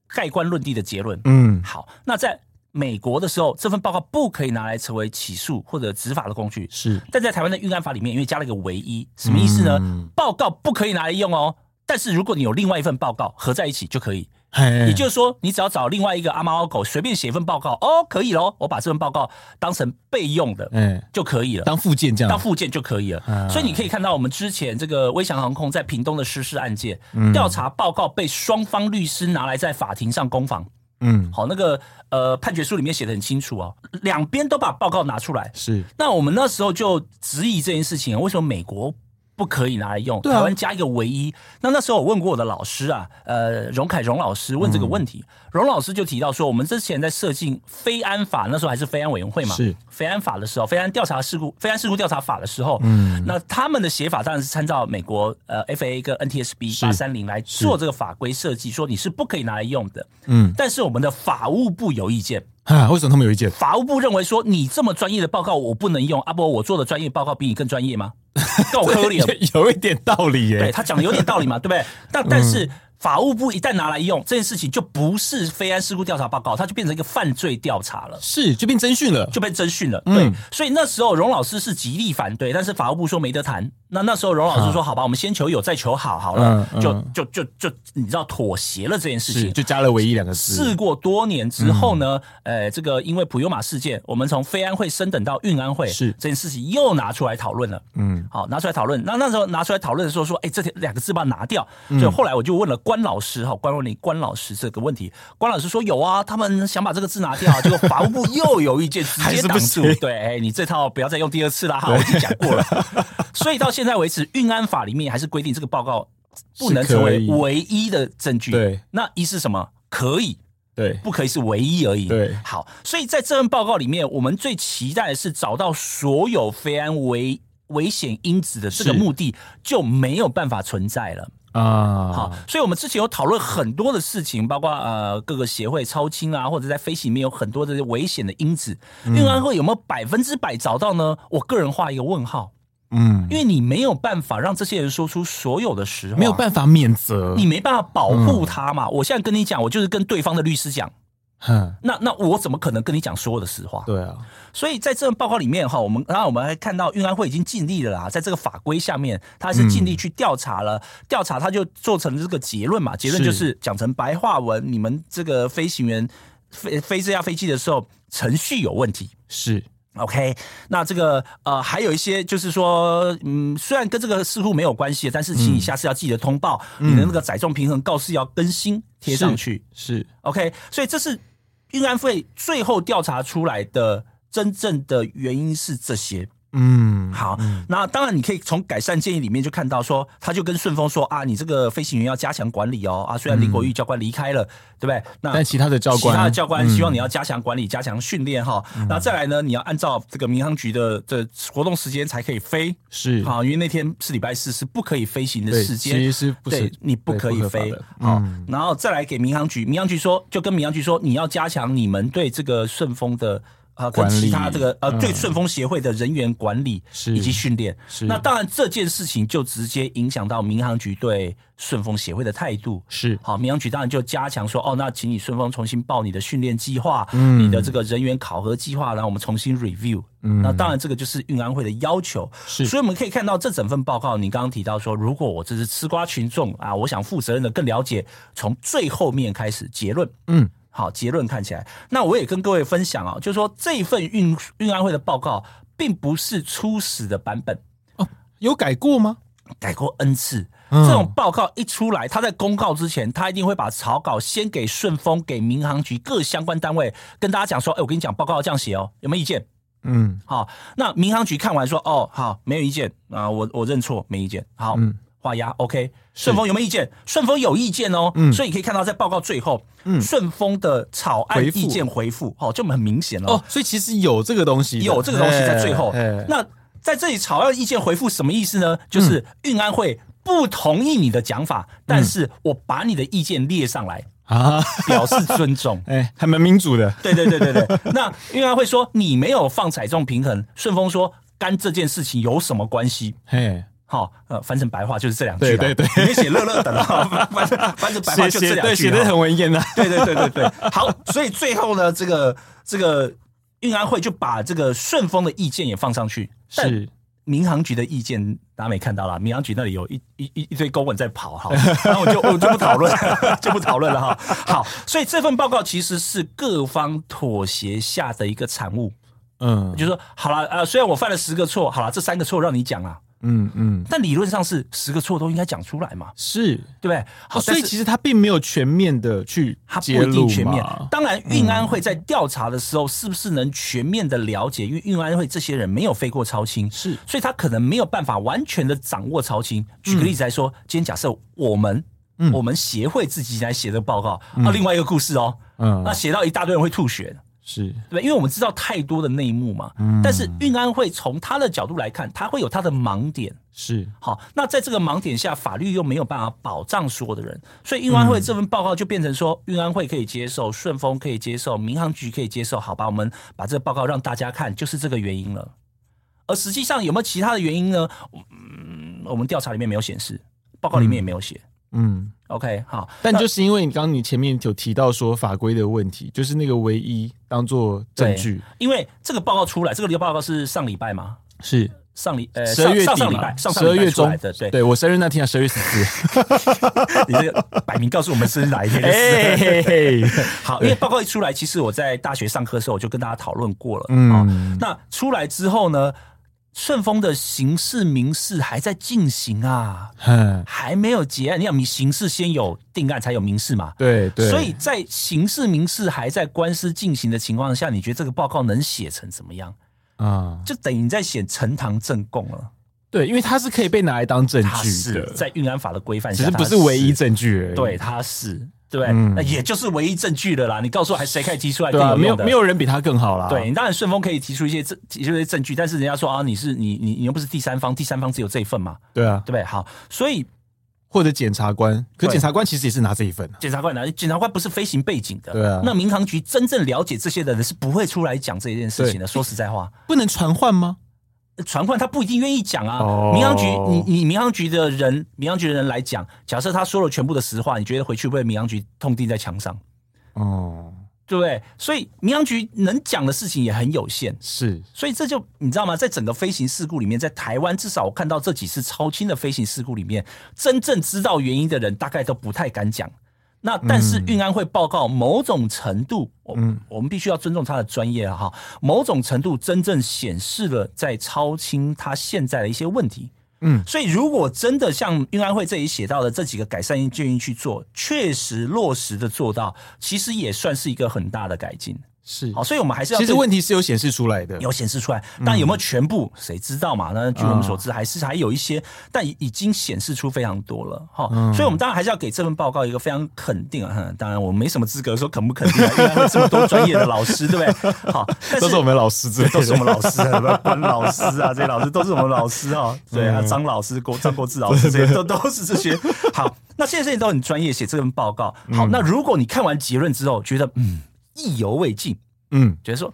[SPEAKER 2] 盖棺论定的结论。
[SPEAKER 1] 嗯
[SPEAKER 2] 好，那在美国的时候，这份报告不可以拿来成为起诉或者执法的工具，
[SPEAKER 1] 是
[SPEAKER 2] 但在台湾的运安法里面，因为加了一个唯一，什么意思呢？
[SPEAKER 1] 嗯
[SPEAKER 2] 报告不可以拿来用哦，但是如果你有另外一份报告合在一起就可以。也
[SPEAKER 1] 也
[SPEAKER 2] 就是说，你只要找另外一个阿猫阿狗随便写一份报告，哦，可以喽，我把这份报告当成备用的
[SPEAKER 1] 哎
[SPEAKER 2] 就可以了。
[SPEAKER 1] 当附件这
[SPEAKER 2] 当
[SPEAKER 1] 样，
[SPEAKER 2] 附件就可以了，
[SPEAKER 1] 啊
[SPEAKER 2] 所以你可以看到我们之前这个微翔航空在屏东的失事案件
[SPEAKER 1] 嗯
[SPEAKER 2] 调查报告被双方律师拿来在法庭上攻防。
[SPEAKER 1] 嗯
[SPEAKER 2] 好，那个呃判决书里面写的很清楚哦，两边都把报告拿出来。
[SPEAKER 1] 是
[SPEAKER 2] 那我们那时候就质疑这件事情，为什么美国不可以拿来用？
[SPEAKER 1] 对啊
[SPEAKER 2] 台湾加一个唯一。那那时候我问过我的老师啊，呃，荣凯荣老师问这个问题，
[SPEAKER 1] 嗯
[SPEAKER 2] 荣老师就提到说，我们之前在设定非安法，那时候还是非安委员会嘛，
[SPEAKER 1] 是
[SPEAKER 2] 非安法的时候，非安调查事故、非安事故调查法的时候，嗯，那他们的写法当然是参照美国呃 FAA 跟 NTSB
[SPEAKER 1] 是
[SPEAKER 2] 八三零来做这个法规设计，说你是不可以拿来用的。
[SPEAKER 1] 嗯
[SPEAKER 2] 但是我们的法务部有意见，
[SPEAKER 1] 啊，为什么他们有意见？
[SPEAKER 2] 法务部认为说你这么专业的报告我不能用，阿、波我做的专业报告比你更专 业吗？够可怜，
[SPEAKER 1] 有有一点道理
[SPEAKER 2] 对
[SPEAKER 1] 耶，
[SPEAKER 2] 他讲的有点道理嘛，对 不对？
[SPEAKER 1] 嗯
[SPEAKER 2] 但但是。法务部一旦拿来用这件事情，就不是非安事故调查报告，它就变成一个犯罪调查了。
[SPEAKER 1] 是就变征讯了，
[SPEAKER 2] 就被征讯
[SPEAKER 1] 嗯
[SPEAKER 2] 了。对，所以那时候荣老师是极力反对，但是法务部说没得谈。那那时候荣老师说：“好吧，我们先求有，再求好，好了，
[SPEAKER 1] 嗯
[SPEAKER 2] 就
[SPEAKER 1] 嗯
[SPEAKER 2] 就就就你知道妥协了这件事
[SPEAKER 1] 是
[SPEAKER 2] 情。”
[SPEAKER 1] 就加了“唯一”两个字，
[SPEAKER 2] 事过多年之后呢，
[SPEAKER 1] 嗯
[SPEAKER 2] 呃，这个因为普悠玛事件，我们从非安会升等到运安会，
[SPEAKER 1] 是
[SPEAKER 2] 这件事情又拿出来讨论了。
[SPEAKER 1] 嗯，
[SPEAKER 2] 好，拿出来讨论。那那时候拿出来讨论的时候说，哎、这两个字把它拿掉。
[SPEAKER 1] 嗯
[SPEAKER 2] 所以后来我就问了关老师，哈，关问你关老师这个问题，关老师说有啊，他们想把这个字拿 掉，结果法务部又有意见，直
[SPEAKER 1] 还
[SPEAKER 2] 接
[SPEAKER 1] 是
[SPEAKER 2] 挡
[SPEAKER 1] 不
[SPEAKER 2] 住
[SPEAKER 1] 行。
[SPEAKER 2] 对，哎、你这套不要再用第二次啦，哈，我已经讲过了。所以到现在为止，运安法里面还是规定这个报告不能
[SPEAKER 1] 是可
[SPEAKER 2] 成为
[SPEAKER 1] 以
[SPEAKER 2] 唯一的证据。
[SPEAKER 1] 对，
[SPEAKER 2] 那一是什么？可以，
[SPEAKER 1] 对，
[SPEAKER 2] 不可以是唯一而已。
[SPEAKER 1] 对
[SPEAKER 2] 好，所以在这份报告里面，我们最期待的是找到所有非安危危险因子的这个
[SPEAKER 1] 是
[SPEAKER 2] 目的就没有办法存在了。
[SPEAKER 1] 啊，
[SPEAKER 2] 好，，所以我们之前有讨论很多的事情，包括呃各个协会超轻啊，或者在飞行里面有很多的危险的因子。
[SPEAKER 1] 嗯
[SPEAKER 2] 运安会有没有百分之百找到呢？我个人画一个问号，
[SPEAKER 1] 嗯，
[SPEAKER 2] 因为你没有办法让这些人说出所有的实话，
[SPEAKER 1] 没有办法免责
[SPEAKER 2] 你，没办法保护他嘛。我现在跟你讲，我就是跟对方的律师讲，
[SPEAKER 1] 哼，
[SPEAKER 2] 那那我怎么可能跟你讲所有的实话？
[SPEAKER 1] 对啊，
[SPEAKER 2] 所以在这份报告里面哈，我们然后我们还看到运安会已经尽力了啦，在这个法规下面，他是尽力去调查了，调查他就做成这个结论嘛，结论就是讲成白话文，你们这个飞行员飞飞这架飞机的时候程序有问题。
[SPEAKER 1] 是
[SPEAKER 2] OK，那这个呃，还有一些就是说，嗯，虽然跟这个似乎没有关系，但是请你下次要记得通报、你的那个载重平衡告示要更新贴上去。
[SPEAKER 1] 是
[SPEAKER 2] OK，所以这是运安会最后调查出来的真正的原因是这些。
[SPEAKER 1] 嗯，
[SPEAKER 2] 好，那当然你可以从改善建议里面就看到说，他就跟顺丰说啊，你这个飞行员要加强管理哦啊，虽然林国玉教官离开了，对不对？那
[SPEAKER 1] 嗯但其他的教官嗯
[SPEAKER 2] 其他的教官希望你要加强管理、加强训练哈。然后再来呢，你要按照这个民航局的的活动时间才可以飞。
[SPEAKER 1] 是
[SPEAKER 2] 好，因为那天是礼拜四，是不可以飞行的
[SPEAKER 1] 对
[SPEAKER 2] 时间，
[SPEAKER 1] 其实是不
[SPEAKER 2] 对
[SPEAKER 1] 是
[SPEAKER 2] 你不
[SPEAKER 1] 对
[SPEAKER 2] 可以
[SPEAKER 1] 不合法
[SPEAKER 2] 飞
[SPEAKER 1] 的。嗯
[SPEAKER 2] 好，然后再来给民航局，民航局说就跟民航局说，你要加强你们对这个顺丰的呃跟
[SPEAKER 1] 管理嗯
[SPEAKER 2] 其他这个呃对顺丰协会的人员管理
[SPEAKER 1] 是
[SPEAKER 2] 以及训练。
[SPEAKER 1] 是
[SPEAKER 2] 那当然这件事情就直接影响到民航局对顺丰协会的态度。
[SPEAKER 1] 是
[SPEAKER 2] 好，民航局当然就加强说，哦，那请你顺丰重新报你的训练计划，
[SPEAKER 1] 嗯
[SPEAKER 2] 你的这个人员考核计划，然后我们重新 review。那
[SPEAKER 1] 嗯
[SPEAKER 2] 当然这个就是运安会的要求。
[SPEAKER 1] 是
[SPEAKER 2] 所以我们可以看到这整份报告，你刚刚提到说，如果我这是吃瓜群众啊，我想负责任的更了解，从最后面开始结论，
[SPEAKER 1] 嗯，
[SPEAKER 2] 好，结论看起来，那我也跟各位分享啊、就是说这一份运运安会的报告并不是初始的版本，
[SPEAKER 1] 有改过吗？
[SPEAKER 2] 改过 N 次。
[SPEAKER 1] 嗯
[SPEAKER 2] 这种报告一出来，他在公告之前，他一定会把草稿先给顺丰、给民航局各相关单位，跟大家讲说：“哎、我跟你讲，报告要这样写哦，有没有意见
[SPEAKER 1] 嗯？”
[SPEAKER 2] 好，那民航局看完说：“哦，好，没有意见啊、我我认错，没意见。”好，
[SPEAKER 1] 嗯
[SPEAKER 2] 画押 OK。顺丰有没有意见？顺丰有意见哦，
[SPEAKER 1] 嗯
[SPEAKER 2] 所以你可以看到在报告最后，
[SPEAKER 1] 嗯
[SPEAKER 2] 顺丰的草案
[SPEAKER 1] 回复
[SPEAKER 2] 意见回复，哦，就很明显了。
[SPEAKER 1] 哦，所以其实有这个东西的，
[SPEAKER 2] 有这个东西在最后
[SPEAKER 1] 嘿嘿。嗯
[SPEAKER 2] 那在这里草药意见回复什么意思呢？就是运安会不同意你的讲法，但是我把你的意见列 上来，
[SPEAKER 1] 啊，。
[SPEAKER 2] 表示尊重
[SPEAKER 1] 哎，还蛮民主的，
[SPEAKER 2] 对对对对对。那运安会说你没有放载重平衡，顺丰说干这件事情有什么关系？
[SPEAKER 1] 嘿，
[SPEAKER 2] 好、呃，翻成白话就是这两句啦。
[SPEAKER 1] 对对对
[SPEAKER 2] 你写乐乐等 啊，翻成翻成白话
[SPEAKER 1] 写
[SPEAKER 2] 就这
[SPEAKER 1] 写
[SPEAKER 2] 两句
[SPEAKER 1] 对
[SPEAKER 2] 哈。
[SPEAKER 1] 写的很文言啊，
[SPEAKER 2] 对对对对对，好，所以最后呢，这个这个运安会就把这个顺丰的意见也放上去，但
[SPEAKER 1] 是
[SPEAKER 2] 民航局的意见大家没看到啦，民航局那里有一一一一堆公文在跑哈，然后我就我就不讨论 就不讨论了哈。好，所以这份报告其实是各方妥协下的一个产物，
[SPEAKER 1] 嗯
[SPEAKER 2] 就是说好了呃，虽然我犯了十个错，好了这三个错让你讲啦，
[SPEAKER 1] 嗯嗯
[SPEAKER 2] 但理论上是十个错都应该讲出来嘛，
[SPEAKER 1] 是。
[SPEAKER 2] 对不对？好，
[SPEAKER 1] 哦，所以
[SPEAKER 2] 但是
[SPEAKER 1] 其实他并没有全面的去
[SPEAKER 2] 它不
[SPEAKER 1] 揭
[SPEAKER 2] 一
[SPEAKER 1] 露
[SPEAKER 2] 定全面
[SPEAKER 1] 嘛。嗯
[SPEAKER 2] 当然，运安会在调查的时候，是不是能全面的了解？因为运安会这些人没有飞过超轻，
[SPEAKER 1] 是
[SPEAKER 2] 所以他可能没有办法完全的掌握超轻。举个例子来说，今天假设我们。我们协会自己来写的报告，啊，另外一个故事哦，
[SPEAKER 1] 嗯
[SPEAKER 2] 那写到一大堆人会吐血，
[SPEAKER 1] 是
[SPEAKER 2] 对吧？因为我们知道太多的内幕嘛。但是运安会从他的角度来看，他会有他的盲点，
[SPEAKER 1] 是
[SPEAKER 2] 好，那在这个盲点下，法律又没有办法保障所有的人，所以运安
[SPEAKER 1] 嗯
[SPEAKER 2] 会这份报告就变成说，运安会可以接受，顺丰可以接受，民航局可以接受，好吧，我们把这个报告让大家看，就是这个原因了。而实际上有没有其他的原因呢？嗯，我们调查里面没有显示，报告里面也没有写。
[SPEAKER 1] 嗯，
[SPEAKER 2] OK，好，
[SPEAKER 1] 但就是因为你刚刚你前面有提到说法规的问题，就是那个唯一当做证据
[SPEAKER 2] 因为这个报告出来，这个报告是上礼拜嘛，
[SPEAKER 1] 是
[SPEAKER 2] 上礼呃
[SPEAKER 1] 十二月
[SPEAKER 2] 上上
[SPEAKER 1] 底
[SPEAKER 2] 上礼
[SPEAKER 1] 嘛
[SPEAKER 2] 拜，上上
[SPEAKER 1] 十二
[SPEAKER 2] 礼拜
[SPEAKER 1] 月
[SPEAKER 2] 出来
[SPEAKER 1] 中
[SPEAKER 2] 的，对，
[SPEAKER 1] 对我生日那天啊，十二月十 四，
[SPEAKER 2] 你这个摆明告诉我们是哪一天就是 了。
[SPEAKER 1] 哎嘿嘿嘿，
[SPEAKER 2] 好，因为报告一出来，其实我在大学上课的时候我就跟大家讨论过了。嗯、
[SPEAKER 1] 嗯，
[SPEAKER 2] 那出来之后呢，顺丰的刑事、民事还在进行啊，
[SPEAKER 1] 哼
[SPEAKER 2] 还没有结案。你想，你刑事先有定案，才有民事嘛。
[SPEAKER 1] 对对，
[SPEAKER 2] 所以在刑事、民事还在官司进行的情况下，你觉得这个报告能写成怎么样？
[SPEAKER 1] 啊，
[SPEAKER 2] 就等于你在写呈堂证供了。
[SPEAKER 1] 对，因为它是可以被拿来当证
[SPEAKER 2] 它
[SPEAKER 1] 据
[SPEAKER 2] 是
[SPEAKER 1] 的，
[SPEAKER 2] 在运安法的规范
[SPEAKER 1] 只
[SPEAKER 2] 下，
[SPEAKER 1] 是不
[SPEAKER 2] 它
[SPEAKER 1] 是唯一证据而已，
[SPEAKER 2] 对，它是对，
[SPEAKER 1] 嗯
[SPEAKER 2] 那也就是唯一证据了啦。你告诉我，还谁可以提出来更
[SPEAKER 1] 对啊，没有
[SPEAKER 2] 有用的？
[SPEAKER 1] 没有人比他更好啦，
[SPEAKER 2] 对，你当然顺丰可以提出一些证，提出一些证据，但是人家说啊，你是你你你又不是第三方，第三方只有这一份嘛，
[SPEAKER 1] 对啊
[SPEAKER 2] 对，不对？好，所以
[SPEAKER 1] 或者检察官，可
[SPEAKER 2] 对
[SPEAKER 1] 检察官其实也是拿这一份啊，
[SPEAKER 2] 检察官呢，检察官不是飞行背景的，
[SPEAKER 1] 对啊
[SPEAKER 2] 那民航局真正了解这些的人是不会出来讲这件事情的。说实在话，
[SPEAKER 1] 不能传唤吗？
[SPEAKER 2] 传唤他不一定愿意讲啊。
[SPEAKER 1] 哦
[SPEAKER 2] 民航局，你你民航局的人，民航局的人来讲，假设他说了全部的实话，你觉得回去会不会民航局痛定在墙上？
[SPEAKER 1] 哦，
[SPEAKER 2] 对不对？所以民航局能讲的事情也很有限，
[SPEAKER 1] 是
[SPEAKER 2] 所以这就你知道吗？在整个飞行事故里面，在台湾至少我看到这几次超轻的飞行事故里面，真正知道原因的人大概都不太敢讲。那但是运安会报告某种程度，我、
[SPEAKER 1] 嗯
[SPEAKER 2] 我们必须要尊重他的专业啊哈。某种程度真正显示了在超轻它现在的一些问题。
[SPEAKER 1] 嗯，
[SPEAKER 2] 所以如果真的像运安会这里写到的这几个改善建议去做，确实落实的做到，其实也算是一个很大的改进。
[SPEAKER 1] 是
[SPEAKER 2] 好，。所以我们还是要
[SPEAKER 1] 其实
[SPEAKER 2] 对
[SPEAKER 1] 问题是有显示出来的，
[SPEAKER 2] 有显示出来，但有没有全
[SPEAKER 1] 嗯
[SPEAKER 2] 部谁知道嘛？那据我们所
[SPEAKER 1] 啊
[SPEAKER 2] 知，还是还有一些，但已已经显示出非常多了哈。
[SPEAKER 1] 嗯
[SPEAKER 2] 所以，我们当然还是要给这份报告一个非常肯定啊。哼当然，我没什么资格说肯不肯定、啊，因 为这么多专业的老师，对 不对？好，但
[SPEAKER 1] 都是我们老师之类
[SPEAKER 2] 都是我
[SPEAKER 1] 的。
[SPEAKER 2] 们 老师啊，关老师啊，这些老师都是我们老师啊。
[SPEAKER 1] 嗯
[SPEAKER 2] 对啊，张老师、郭张国志老师，这些都都是 这些。好，那这些事情都很专业，写这份报告。
[SPEAKER 1] 嗯
[SPEAKER 2] 好，那如果你看完结论之后，觉得嗯意犹未尽，
[SPEAKER 1] 嗯，
[SPEAKER 2] 觉得说，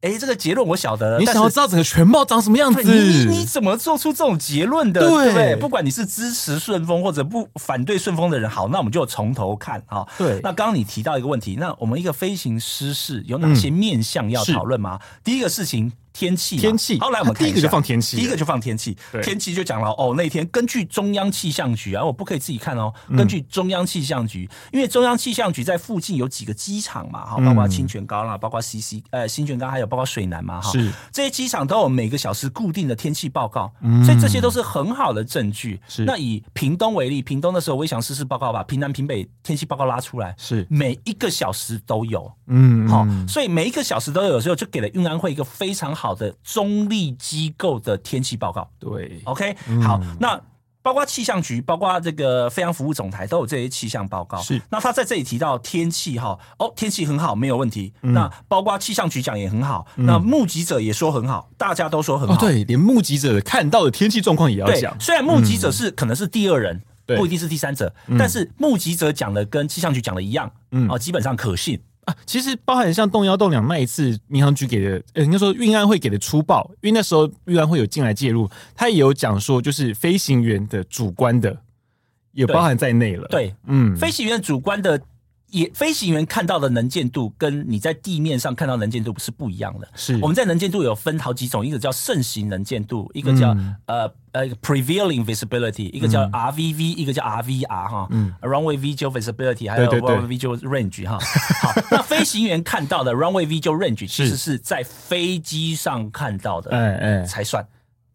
[SPEAKER 2] 哎，这个结论我晓得了，
[SPEAKER 1] 你
[SPEAKER 2] 呃但
[SPEAKER 1] 想
[SPEAKER 2] 是
[SPEAKER 1] 要知道整个全貌长什么样子？
[SPEAKER 2] 对你你怎么做出这种结论的？
[SPEAKER 1] 对
[SPEAKER 2] 对不对？不管你是支持顺风或者不反对顺风的人，好，那我们就从头看啊。
[SPEAKER 1] 对
[SPEAKER 2] 那刚刚你提到一个问题，那我们一个飞行失事有哪些面向要
[SPEAKER 1] 嗯是
[SPEAKER 2] 讨论吗？第一个事情。天气嘛，
[SPEAKER 1] 天气啊
[SPEAKER 2] 好，来我们
[SPEAKER 1] 它第一
[SPEAKER 2] 看
[SPEAKER 1] 个
[SPEAKER 2] 下
[SPEAKER 1] 就放天气了
[SPEAKER 2] 第一个就放天气
[SPEAKER 1] 对，
[SPEAKER 2] 天气就讲了哦，那天根据中央气象局啊，我不可以自己看哦，
[SPEAKER 1] 嗯
[SPEAKER 2] 根据中央气象局，因为中央气象局在附近有几个机场嘛，哈，包
[SPEAKER 1] 嗯
[SPEAKER 2] 括清泉岗啦，包括 CC 呃新泉岗，还有包括水南嘛，哈，
[SPEAKER 1] 是
[SPEAKER 2] 这些机场都有每个小时固定的天气报告，所以这些都是很好的证据。
[SPEAKER 1] 嗯是
[SPEAKER 2] 那以屏东为例，屏东的时候，我也想试试报告把屏南、屏北天气报告拉出来，
[SPEAKER 1] 是
[SPEAKER 2] 每一个小时都有。
[SPEAKER 1] 嗯，
[SPEAKER 2] 好、
[SPEAKER 1] 嗯
[SPEAKER 2] 所以每一个小时都有，时候就给了运安会一个非常好的中立机构的天气报告。
[SPEAKER 1] 对，
[SPEAKER 2] OK，好，
[SPEAKER 1] 嗯
[SPEAKER 2] 那包括气象局，包括这个飞扬服务总台都有这些气象报告。
[SPEAKER 1] 是，
[SPEAKER 2] 那他在这里提到天气哈，哦，天气很好，没有问题。
[SPEAKER 1] 嗯
[SPEAKER 2] 那包括气象局讲也很好，那目击者也说很好，大家都说很好。
[SPEAKER 1] 哦，对，连目击者看到的天气状况也要
[SPEAKER 2] 对
[SPEAKER 1] 讲，，
[SPEAKER 2] 虽然目击者是、可能是第二人，
[SPEAKER 1] 嗯对
[SPEAKER 2] 不一定是第三者，但是目击者讲的跟气象局讲的一样，
[SPEAKER 1] 嗯
[SPEAKER 2] 嗯，哦，基本上可信。
[SPEAKER 1] 啊，其实包含像动幺动两那一次，民航局给的，呃，应该说运安会给的粗暴，因为那时候运安会有进来介入，他也有讲说，就是飞行员的主观的也
[SPEAKER 2] 对
[SPEAKER 1] 包含在内了。，
[SPEAKER 2] 对，
[SPEAKER 1] 嗯，
[SPEAKER 2] 飞行员主观的。也飞行员看到的能见度跟你在地面上看到能见度是不一样的。
[SPEAKER 1] 是
[SPEAKER 2] 我们在能见度有分好几种，一个叫盛行能见度，一个叫、
[SPEAKER 1] 嗯
[SPEAKER 2] 呃呃 prevailing visibility，一个叫 RVV，、一个叫 RVR 哈、runway 呃 visual visibility，还有
[SPEAKER 1] 嗯对对对
[SPEAKER 2] runway visual range 哈。 好，那飞行员看到的 runway visual range 其实是在飞机上看到的
[SPEAKER 1] 哎哎，
[SPEAKER 2] 才算。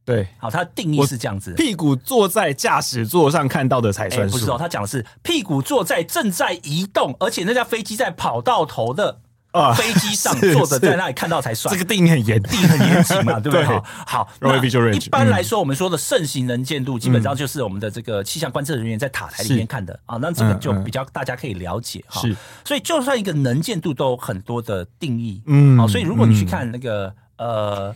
[SPEAKER 1] 对，
[SPEAKER 2] 好，它的定义
[SPEAKER 1] 我
[SPEAKER 2] 是这样子。
[SPEAKER 1] 屁股坐在驾驶座上看到的才
[SPEAKER 2] 哎、
[SPEAKER 1] 算
[SPEAKER 2] 不
[SPEAKER 1] 数
[SPEAKER 2] 是哦，他讲的是屁股坐在正在移动，而且那架飞机在跑道头的
[SPEAKER 1] 啊
[SPEAKER 2] 飞机 上
[SPEAKER 1] 是
[SPEAKER 2] 坐着，
[SPEAKER 1] 是
[SPEAKER 2] 在那里看到才算。
[SPEAKER 1] 这个定义很严，
[SPEAKER 2] 定很严谨嘛，对不对？
[SPEAKER 1] 对
[SPEAKER 2] 好，好
[SPEAKER 1] Runway
[SPEAKER 2] 那
[SPEAKER 1] visual range，嗯
[SPEAKER 2] 一般来说，我们说的盛行能见度，基本上就是我们的这个气象观测人员在塔台里面看的啊。那这个
[SPEAKER 1] 嗯
[SPEAKER 2] 就
[SPEAKER 1] 嗯
[SPEAKER 2] 比较大家可以了解哈。
[SPEAKER 1] 是，
[SPEAKER 2] 所以就算一个能见度都有很多的定义，啊
[SPEAKER 1] 嗯
[SPEAKER 2] 好，所以如果你去看那个呃。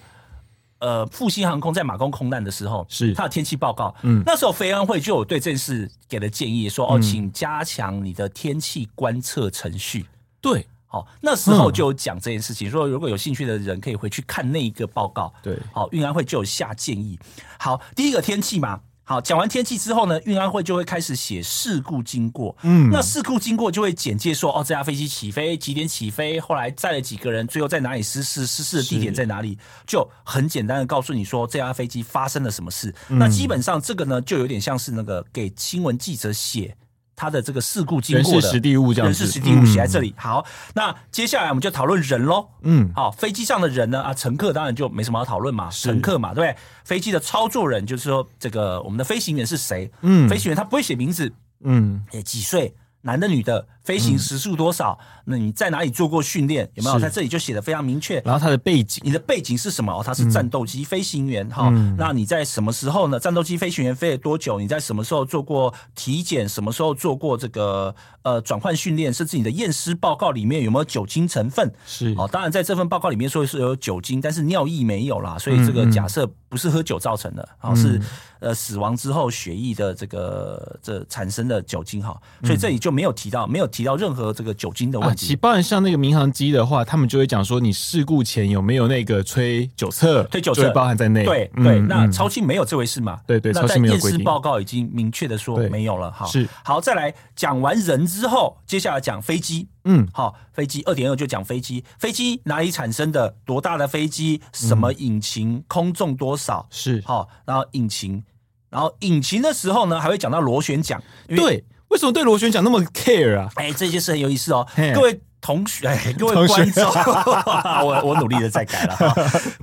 [SPEAKER 2] 呃，复兴航空在马公空难的时候，
[SPEAKER 1] 是嗯
[SPEAKER 2] 它有天气报告。那时候飞安会就有对这件事给了建议，说哦，请加强你的天气观测程序。
[SPEAKER 1] 对
[SPEAKER 2] 好，那时候就有讲这件事情，说如果有兴趣的人可以回去看那一个报告。
[SPEAKER 1] 对
[SPEAKER 2] 好，运安会就有下建议。好，第一个天气嘛，好，讲完天气之后呢，运安会就会开始写事故经过。
[SPEAKER 1] 嗯
[SPEAKER 2] 那事故经过就会简介说，哦，这架飞机起飞几点起飞，后来载了几个人，最后在哪里失事，失事的地点在哪里，就很简单的告诉你说这架飞机发生了什么事。
[SPEAKER 1] 嗯
[SPEAKER 2] 那基本上这个呢，就有点像是那个给新闻记者写。他的这个事故经
[SPEAKER 1] 人
[SPEAKER 2] 过
[SPEAKER 1] 事
[SPEAKER 2] 的
[SPEAKER 1] 实地物这样
[SPEAKER 2] 人
[SPEAKER 1] 子，嗯
[SPEAKER 2] 事实地物写在这里。好，那接下来我们就讨论人喽。
[SPEAKER 1] 嗯，嗯，
[SPEAKER 2] 好，飞机上的人呢？啊，乘客当然就没什么好讨论嘛，乘客嘛，对不对？飞机的操作人就是说，这个我们的飞行员是谁？
[SPEAKER 1] 嗯
[SPEAKER 2] 飞行员他不会写名字，
[SPEAKER 1] 嗯，
[SPEAKER 2] 诶，几岁，男的女的，飞行时速多少？那你在哪里做过训练？有没有？
[SPEAKER 1] 是
[SPEAKER 2] 在这里就写的非常明确。
[SPEAKER 1] 然后他的背景
[SPEAKER 2] 你的背景是什么？哦，他
[SPEAKER 1] 嗯
[SPEAKER 2] 是战斗机飞行员哈、那你在什么时候呢？战斗机飞行员飞了多久？你在什么时候做过体检？什么时候做过这个呃转换训练？甚至你的验尸报告里面有没有酒精成分？
[SPEAKER 1] 是
[SPEAKER 2] 哦，当然在这份报告里面说是有酒精，但是尿液没有啦，所以
[SPEAKER 1] 嗯
[SPEAKER 2] 这个假设不是喝酒造成的，好、是呃死亡之后血液的这个这产生的酒精哈，所以这里就没有提到没有提到任何这个酒精的
[SPEAKER 1] 嗯啊，
[SPEAKER 2] 问
[SPEAKER 1] 其
[SPEAKER 2] 题。
[SPEAKER 1] 包含像那个民航机的话，他们就会讲说，你事故前有没有那个吹酒测，
[SPEAKER 2] 对酒
[SPEAKER 1] 就会
[SPEAKER 2] 测
[SPEAKER 1] 包含在内。
[SPEAKER 2] 对
[SPEAKER 1] 嗯
[SPEAKER 2] 对，
[SPEAKER 1] 嗯
[SPEAKER 2] 那超轻没有这回事嘛？
[SPEAKER 1] 对对
[SPEAKER 2] 那
[SPEAKER 1] 超
[SPEAKER 2] 在
[SPEAKER 1] 轻没有
[SPEAKER 2] 验
[SPEAKER 1] 规
[SPEAKER 2] 尸
[SPEAKER 1] 定
[SPEAKER 2] 报告已经明确的说
[SPEAKER 1] 对
[SPEAKER 2] 没有了。好，
[SPEAKER 1] 是
[SPEAKER 2] 好，再来讲完人之后，接下来讲飞机。
[SPEAKER 1] 嗯
[SPEAKER 2] 好，飞机二点二就讲飞机，飞机哪里产生的，多大的飞机，什
[SPEAKER 1] 嗯
[SPEAKER 2] 么引擎，空重多少，
[SPEAKER 1] 是
[SPEAKER 2] 好，然后引擎，然后引擎的时候呢，还会讲到螺旋桨，因为，
[SPEAKER 1] 对。为什么对螺旋桨那么 care 啊？
[SPEAKER 2] 哎，这些事很有意思哦
[SPEAKER 1] 嘿，
[SPEAKER 2] 各位。同学，哎，各
[SPEAKER 1] 同
[SPEAKER 2] 位
[SPEAKER 1] 学
[SPEAKER 2] 观众， 我我努力的在改了哈。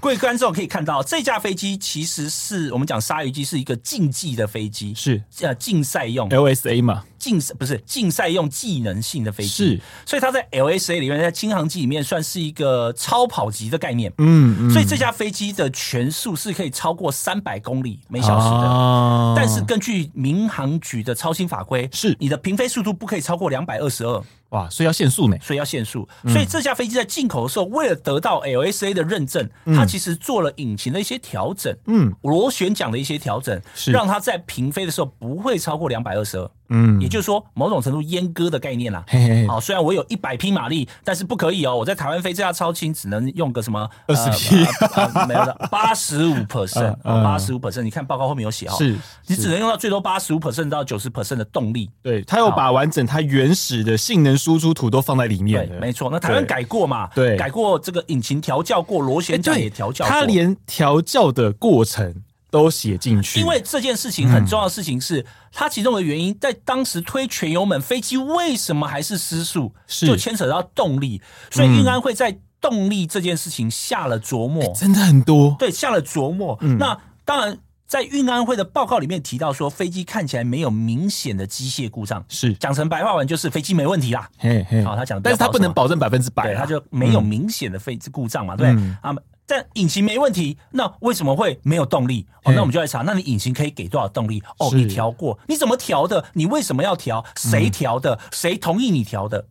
[SPEAKER 2] 各位观众可以看到，这架飞机其实是我们讲鲨鱼机是一个竞技的飞机，
[SPEAKER 1] 是哎
[SPEAKER 2] 呃竞赛用，
[SPEAKER 1] LSA 嘛？
[SPEAKER 2] 竞赛不是竞赛用技能性的飞机，
[SPEAKER 1] 是，
[SPEAKER 2] 所以它在 LSA 里面，在轻航机里面算是一个超跑级的概念。
[SPEAKER 1] 嗯嗯，
[SPEAKER 2] 所以这架飞机的全速是可以超过三百公里每小时的。
[SPEAKER 1] 啊
[SPEAKER 2] 但是根据民航局的超新法规，
[SPEAKER 1] 是
[SPEAKER 2] 你的平飞速度不可以超过两百二十二，
[SPEAKER 1] 哇，所以要限速呢。
[SPEAKER 2] 所以要限速。
[SPEAKER 1] 嗯
[SPEAKER 2] 所以这架飞机在进口的时候，为了得到 LSA 的认证，它其实做了引擎的一些调整，
[SPEAKER 1] 嗯
[SPEAKER 2] 螺旋桨的一些调整，
[SPEAKER 1] 是
[SPEAKER 2] 让它在平飞的时候不会超过两百二十二。
[SPEAKER 1] 嗯
[SPEAKER 2] 也，就是说，某种程度阉割的概念啊啦、
[SPEAKER 1] 嘿嘿嘿，
[SPEAKER 2] 好，虽然我有一百匹马力，但是不可以哦。我在台湾飞这架超轻，只能用个什么
[SPEAKER 1] 20匹
[SPEAKER 2] 呃呃呃没有的八 十五 percent，
[SPEAKER 1] 嗯
[SPEAKER 2] 八十五 percent。你看报告后面有写哦，
[SPEAKER 1] 是
[SPEAKER 2] 你只能用到最多八十五 percent 到九十 percent 的动力。
[SPEAKER 1] 对，它有把完整它原始的性能输出图都放在里
[SPEAKER 2] 对
[SPEAKER 1] 面，
[SPEAKER 2] 没错。那台湾
[SPEAKER 1] 对
[SPEAKER 2] 改过嘛？
[SPEAKER 1] 对
[SPEAKER 2] 改过这个引擎调教过，螺旋桨也调教过。
[SPEAKER 1] 它连调教的过程都写进去，
[SPEAKER 2] 因为这件事情很重要的事情是，它其中的原因在当时推全油门，飞机为什么还是失速，
[SPEAKER 1] 是嗯
[SPEAKER 2] 就牵扯到动力，所以运安会在动力这件事情下了琢磨，
[SPEAKER 1] 真的很多，
[SPEAKER 2] 对，下了琢磨。
[SPEAKER 1] 嗯
[SPEAKER 2] 那当然。在运安会的报告里面提到说，飞机看起来没有明显的机械故障，
[SPEAKER 1] 是，
[SPEAKER 2] 讲成白话文就是飞机没问题啦。
[SPEAKER 1] 嘿嘿，
[SPEAKER 2] 好，他讲
[SPEAKER 1] 嗯
[SPEAKER 2] 得比较
[SPEAKER 1] 但是它不
[SPEAKER 2] 保
[SPEAKER 1] 能保
[SPEAKER 2] 守
[SPEAKER 1] 证百分之百
[SPEAKER 2] 对，
[SPEAKER 1] 啊，
[SPEAKER 2] 它就没有明显的飞机故障嘛，对不对
[SPEAKER 1] 嗯
[SPEAKER 2] 啊？但引擎没问题，那为什么会没有动力？哦，
[SPEAKER 1] 嘿
[SPEAKER 2] 那我们就来查，那你引擎可以给多少动力？哦，
[SPEAKER 1] 嗯是嗯
[SPEAKER 2] 你调过，你怎么调的？你为什么要调？谁调的？谁同意你调的？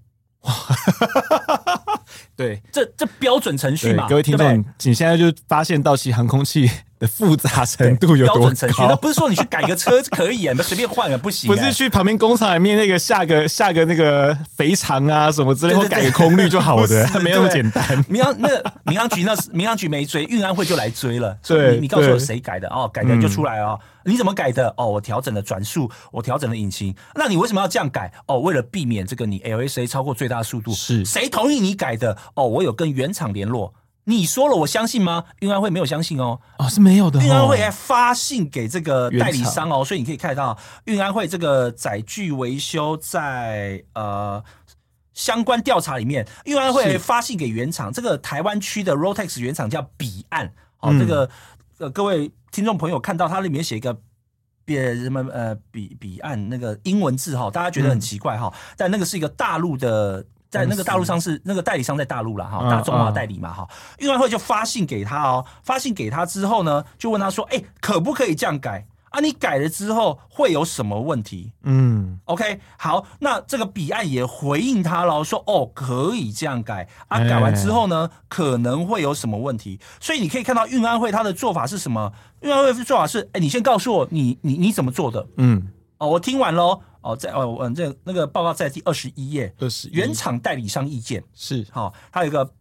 [SPEAKER 1] 对
[SPEAKER 2] 这这标准程序
[SPEAKER 1] 对
[SPEAKER 2] 嘛，，
[SPEAKER 1] 各位听
[SPEAKER 2] 对不
[SPEAKER 1] 众，你现在就发现到期航空器的复杂程度
[SPEAKER 2] 对
[SPEAKER 1] 有
[SPEAKER 2] 标
[SPEAKER 1] 多
[SPEAKER 2] 准程序，那
[SPEAKER 1] 高。
[SPEAKER 2] 不是说你去改个车 可以啊，你随便换啊，不行啊，
[SPEAKER 1] 不是去旁边工厂里面那个下个下个那个肥肠啊什么之类，
[SPEAKER 2] 对
[SPEAKER 1] 或
[SPEAKER 2] 对对
[SPEAKER 1] 改个空滤就好的
[SPEAKER 2] 不，是
[SPEAKER 1] 没那么
[SPEAKER 2] 对
[SPEAKER 1] 简单。
[SPEAKER 2] 民航那个民航局那是民航局没追，运安会就来追了。说
[SPEAKER 1] 对
[SPEAKER 2] 你你告诉我
[SPEAKER 1] 对嗯
[SPEAKER 2] 谁改的哦，改的就出来哦。你怎么改的？哦，我调整了转速，我调整了引擎。那你为什么要这样改？哦，为了避免这个你 LSA 超过最大速度。
[SPEAKER 1] 是
[SPEAKER 2] 谁同意你改的？哦，我有跟原厂联络。你说了，我相信吗？运安会没有相信哦。
[SPEAKER 1] 哦，是没有的
[SPEAKER 2] 运安会
[SPEAKER 1] 哦。
[SPEAKER 2] 还发信给这个代理商哦，所以你可以看到运安会这个载具维修在呃相关调查里面，运安会
[SPEAKER 1] 是
[SPEAKER 2] 发信给原厂，这个台湾区的 Rotex 原厂叫彼岸，哦，
[SPEAKER 1] 嗯
[SPEAKER 2] 这个呃各位听众朋友看到它里面写一个。别什么呃，彼彼岸那个英文字哈，大家觉得很奇怪哈、但那个是一个大陆的，在那个大陆上是那个代理商在大陆啦哈，
[SPEAKER 1] 嗯
[SPEAKER 2] 大中华
[SPEAKER 1] 嗯
[SPEAKER 2] 代理嘛哈，运安会就发信给他哦，发信给他之后呢，就问他说，哎、可不可以这样改啊？你改了之后会有什么问题？
[SPEAKER 1] 嗯，
[SPEAKER 2] OK，好，那这个彼岸也回应他了，说哦，可以这样改啊，
[SPEAKER 1] 哎
[SPEAKER 2] 改完之后呢，可能会有什么问题，所以你可以看到运安会他的做法是什么？运安会的做法是，哎、你先告诉我你你你怎么做的
[SPEAKER 1] 嗯，
[SPEAKER 2] 哦，我听完喽，哦，在哦，我这那个报告在第二十一页，
[SPEAKER 1] 二十
[SPEAKER 2] 原厂代理商意见，
[SPEAKER 1] 是
[SPEAKER 2] 好、它有一个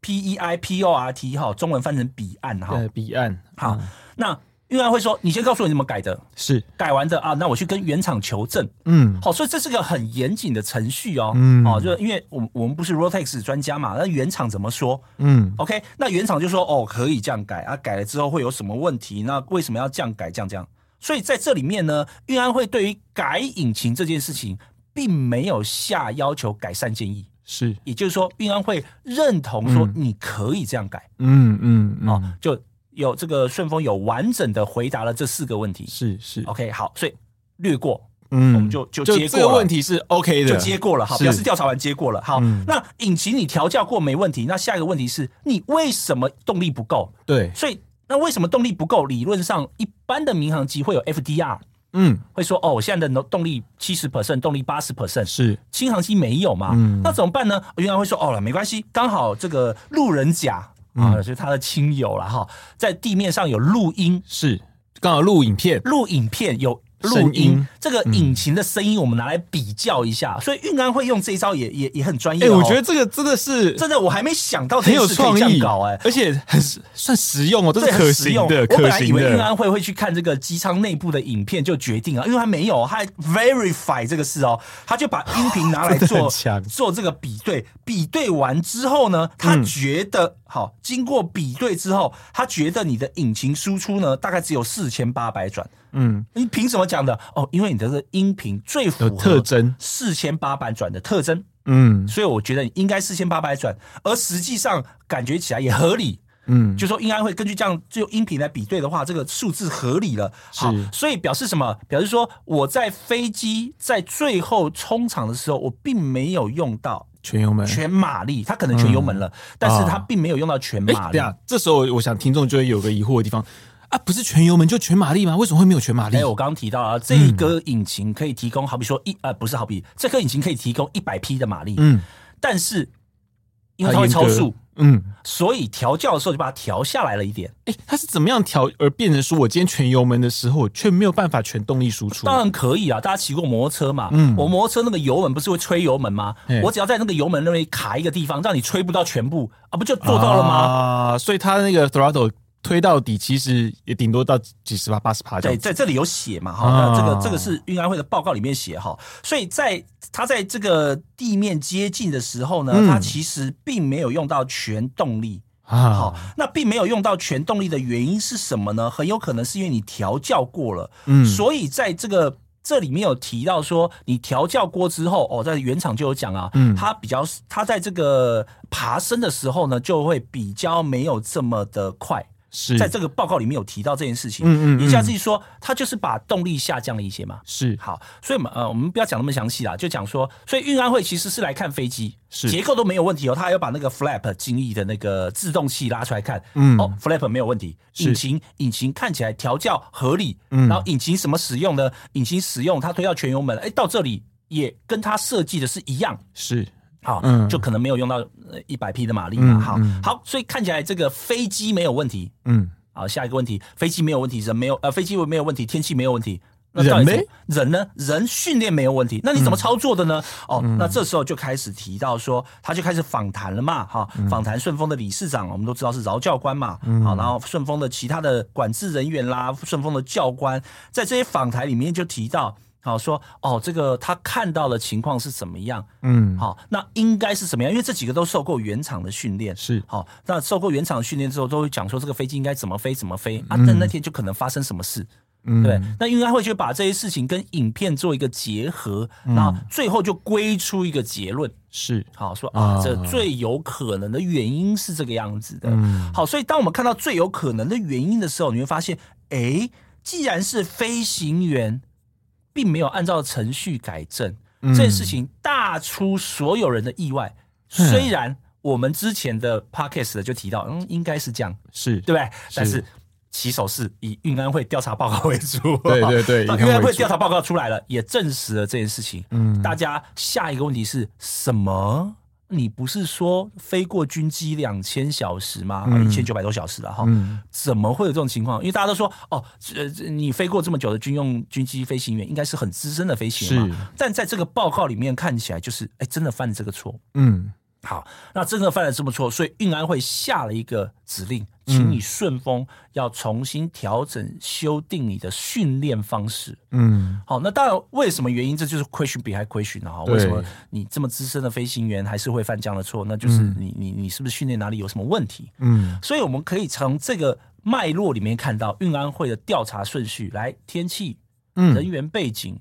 [SPEAKER 2] P E I P O R T 哈、中文翻成彼岸哈，
[SPEAKER 1] 呃彼岸
[SPEAKER 2] 好，那运安会说，你先告诉我你怎么改的，
[SPEAKER 1] 是
[SPEAKER 2] 改完的啊，那我去跟原厂求证。
[SPEAKER 1] 嗯
[SPEAKER 2] 好、所以这是个很严谨的程序哦。
[SPEAKER 1] 嗯
[SPEAKER 2] 哦，就是因为我们我们不是 Rotex 专家嘛，那原厂怎么说
[SPEAKER 1] 嗯
[SPEAKER 2] ？OK，那原厂就说哦，可以这样改啊，改了之后会有什么问题？那为什么要这样改？这样这样。所以在这里面呢，运安会对于改引擎这件事情，并没有下要求改善建议，
[SPEAKER 1] 是
[SPEAKER 2] 也就是说，运安会认同说你可以这样改、
[SPEAKER 1] 嗯嗯嗯
[SPEAKER 2] 哦，就有这个顺丰有完整的回答了这四个问题。
[SPEAKER 1] 是是
[SPEAKER 2] OK，好，所以略过，
[SPEAKER 1] 嗯
[SPEAKER 2] 哦我们就就
[SPEAKER 1] 就
[SPEAKER 2] 接
[SPEAKER 1] 这
[SPEAKER 2] 过
[SPEAKER 1] 个
[SPEAKER 2] 了
[SPEAKER 1] 问题是 OK 的，
[SPEAKER 2] 就接过了，好，
[SPEAKER 1] 是
[SPEAKER 2] 表示调查完接过了，好。
[SPEAKER 1] 嗯
[SPEAKER 2] 那引擎你调教过没问题，那下一个问题是你为什么动力不够？
[SPEAKER 1] 对
[SPEAKER 2] 所以那为什么动力不够？理论上一般的民航机会有 FDR，
[SPEAKER 1] 嗯
[SPEAKER 2] 会说哦，我现在的动力七十 percent，动力八十 percent。
[SPEAKER 1] 是
[SPEAKER 2] 轻航机没有嘛？
[SPEAKER 1] 嗯
[SPEAKER 2] 那怎么办呢？原来会说哦，没关系，刚好这个路人甲
[SPEAKER 1] 嗯
[SPEAKER 2] 啊，就是他的亲友了哈，在地面上有录音、
[SPEAKER 1] 是刚好录影片
[SPEAKER 2] 录影片，有录
[SPEAKER 1] 声
[SPEAKER 2] 音
[SPEAKER 1] 音，嗯
[SPEAKER 2] 这个引擎的声音，我们拿来比较一下。所以运安会用这一招也也也很专业
[SPEAKER 1] 哎、
[SPEAKER 2] 哦。
[SPEAKER 1] 我觉得这个真的是
[SPEAKER 2] 真的我还没想到这
[SPEAKER 1] 很
[SPEAKER 2] 件
[SPEAKER 1] 有
[SPEAKER 2] 事可以
[SPEAKER 1] 创
[SPEAKER 2] 这样
[SPEAKER 1] 意，
[SPEAKER 2] 搞哎、
[SPEAKER 1] 而且很实算实用哦，这
[SPEAKER 2] 这
[SPEAKER 1] 是
[SPEAKER 2] 很
[SPEAKER 1] 可
[SPEAKER 2] 实
[SPEAKER 1] 行
[SPEAKER 2] 用
[SPEAKER 1] 的，
[SPEAKER 2] 我本
[SPEAKER 1] 可
[SPEAKER 2] 来以
[SPEAKER 1] 行
[SPEAKER 2] 为运
[SPEAKER 1] 的。
[SPEAKER 2] 安会会去看这个机舱内部的影片就决定啊，因为他没有，他还 verify 这个事哦，他就把音频拿 来
[SPEAKER 1] 真的
[SPEAKER 2] 做
[SPEAKER 1] 很强
[SPEAKER 2] 做这个比对，比对完之后呢，他觉得、好，经过比对之后，他觉得你的引擎输出呢大概只有四千八百转，
[SPEAKER 1] 嗯，
[SPEAKER 2] 你凭什么讲的？哦，因为你的这个音频最符
[SPEAKER 1] 有
[SPEAKER 2] 合
[SPEAKER 1] 特征
[SPEAKER 2] 四千八百转的特征，
[SPEAKER 1] 嗯
[SPEAKER 2] 所以我觉得你应该四千八百转，而实际上感觉起来也合理。
[SPEAKER 1] 嗯，
[SPEAKER 2] 就说应该会根据这样就音频来比对的话，这个数字合理了。
[SPEAKER 1] 是
[SPEAKER 2] 好，所以表示什么？表示说我在飞机在最后冲场的时候，我并没有用到
[SPEAKER 1] 全友们，
[SPEAKER 2] 全马力，它可能全油门了，但是它并没有用到全
[SPEAKER 1] 嗯哎、
[SPEAKER 2] 马
[SPEAKER 1] 对
[SPEAKER 2] 力。
[SPEAKER 1] 啊，这时候我想听众就会有个疑惑的地方啊，不是全油门就全马力吗？为什么会没有全马力？
[SPEAKER 2] 还有我刚刚提到啊，这一个引擎可以提供，好比说一呃不是好比，这颗引擎可以提供一百匹的马力，
[SPEAKER 1] 嗯，
[SPEAKER 2] 但是因为它会
[SPEAKER 1] 很
[SPEAKER 2] 超
[SPEAKER 1] 严格
[SPEAKER 2] 速，，
[SPEAKER 1] 嗯，
[SPEAKER 2] 所以调教的时候就把它调下来了一点。
[SPEAKER 1] 哎、它是怎么样调而变成说我今天全油门的时候，我却没有办法全动力输出？
[SPEAKER 2] 当然可以啊，大家骑过摩托车嘛，
[SPEAKER 1] 嗯
[SPEAKER 2] 我摩托车那个油门不是会吹油门吗
[SPEAKER 1] 嘿？
[SPEAKER 2] 我只要在那个油门那边卡一个地方，让你吹不到全部啊，不就做到了吗？
[SPEAKER 1] 啊，所以它那个 throttle 推到底，其实也顶多到几十趴、八十趴这
[SPEAKER 2] 对，
[SPEAKER 1] 样子。
[SPEAKER 2] 在这里有写嘛哈，
[SPEAKER 1] 啊
[SPEAKER 2] 那这个这个是运安会的报告里面写哈，所以在它在这个地面接近的时候呢，
[SPEAKER 1] 嗯
[SPEAKER 2] 它其实并没有用到全动力。
[SPEAKER 1] 啊，
[SPEAKER 2] 好，那并没有用到全动力的原因是什么呢？很有可能是因为你调教过了，
[SPEAKER 1] 嗯
[SPEAKER 2] 所以在这个这里面有提到说，你调教过之后，哦，在原厂就有讲啊，
[SPEAKER 1] 嗯
[SPEAKER 2] 它比较它在这个爬升的时候呢，就会比较没有这么的快。
[SPEAKER 1] 是
[SPEAKER 2] 在这个报告里面有提到这件事情，
[SPEAKER 1] 嗯嗯嗯
[SPEAKER 2] 言下之意说，它就是把动力下降了一些嘛。
[SPEAKER 1] 是
[SPEAKER 2] 好，所以我们呃，我们不要讲那么详细啦，就讲说，所以运安会其实是来看飞机，
[SPEAKER 1] 是
[SPEAKER 2] 结构都没有问题哦，他还要把那个 flap 襟翼的那个制动器拉出来看，
[SPEAKER 1] 嗯
[SPEAKER 2] 哦，flap 没有问题，
[SPEAKER 1] 是
[SPEAKER 2] 引擎引擎看起来调教合理，
[SPEAKER 1] 嗯
[SPEAKER 2] 然后引擎什么使用呢？引擎使用它推到全油门，哎，到这里也跟它设计的是一样，
[SPEAKER 1] 是，
[SPEAKER 2] 好，
[SPEAKER 1] 嗯
[SPEAKER 2] 就可能没有用到呃一百匹的马力嘛，
[SPEAKER 1] 嗯
[SPEAKER 2] 好
[SPEAKER 1] 嗯
[SPEAKER 2] 好，所以看起来这个飞机没有问题，
[SPEAKER 1] 嗯，
[SPEAKER 2] 好，下一个问题，飞机没有问题，人没有，呃，飞机没有问题，天气没有问题。那到
[SPEAKER 1] 人
[SPEAKER 2] 底怎么
[SPEAKER 1] 没嗯
[SPEAKER 2] 人呢？人训练没有问题，那你怎么操作的呢？哦，那这时候就开始提到说，他就开始访谈了嘛，哈、
[SPEAKER 1] 嗯
[SPEAKER 2] 访谈顺丰的理事长，我们都知道是饶教官嘛，好、然后顺丰的其他的管制人员啦，顺丰的教官，在这些访谈里面就提到，好、说哦，这个他看到的情况是怎么样，
[SPEAKER 1] 嗯，
[SPEAKER 2] 好、那应该是什么样？因为这几个都受过原厂的训练，
[SPEAKER 1] 是
[SPEAKER 2] 好、那受过原厂训练之后，都会讲说这个飞机应该怎么飞，怎么飞啊。但那天就可能发生什么事，
[SPEAKER 1] 嗯
[SPEAKER 2] 对，那应该会去把这些事情跟影片做一个结合，然后最后就归出一个结论。
[SPEAKER 1] 是
[SPEAKER 2] 好，说啊
[SPEAKER 1] 啊，
[SPEAKER 2] 这最有可能的原因是这个样子的。
[SPEAKER 1] 嗯
[SPEAKER 2] 好，所以当我们看到最有可能的原因的时候，你会发现，诶，既然是飞行员，并没有按照程序改正，
[SPEAKER 1] 嗯
[SPEAKER 2] 这件事情大出所有人的意外。
[SPEAKER 1] 嗯
[SPEAKER 2] 虽然我们之前的 podcast 就提到，嗯，应该是这样，
[SPEAKER 1] 是，
[SPEAKER 2] 对不对？但是起手是以运安会调查报告为主，
[SPEAKER 1] 对对对
[SPEAKER 2] 那
[SPEAKER 1] 以他们为主
[SPEAKER 2] 运安会调查报告出来了，也证实了这件事情。
[SPEAKER 1] 嗯
[SPEAKER 2] 大家下一个问题是什么？你不是说飞过军机两千小时吗？
[SPEAKER 1] 嗯
[SPEAKER 2] 一千九百多小时了哈，怎么会有这种情况？因为大家都说哦，这这你飞过这么久的军用军机飞行员，应该是很资深的飞行员
[SPEAKER 1] 是
[SPEAKER 2] 嘛。但在这个报告里面看起来，就是哎，真的犯了这个错。
[SPEAKER 1] 嗯
[SPEAKER 2] 好，那真的犯了这么错，所以运安会下了一个指令，
[SPEAKER 1] 嗯
[SPEAKER 2] 请你顺丰要重新调整、修订你的训练方式。
[SPEAKER 1] 嗯，
[SPEAKER 2] 好，那当然，为什么原因？这就是 question behind question 啊！
[SPEAKER 1] 对
[SPEAKER 2] 为什么你这么资深的飞行员还是会犯这样的错？那就是你、你你是不是训练哪里有什么问题？
[SPEAKER 1] 嗯，
[SPEAKER 2] 所以我们可以从这个脉络里面看到运安会的调查顺序：来天气、
[SPEAKER 1] 嗯
[SPEAKER 2] 人员背景、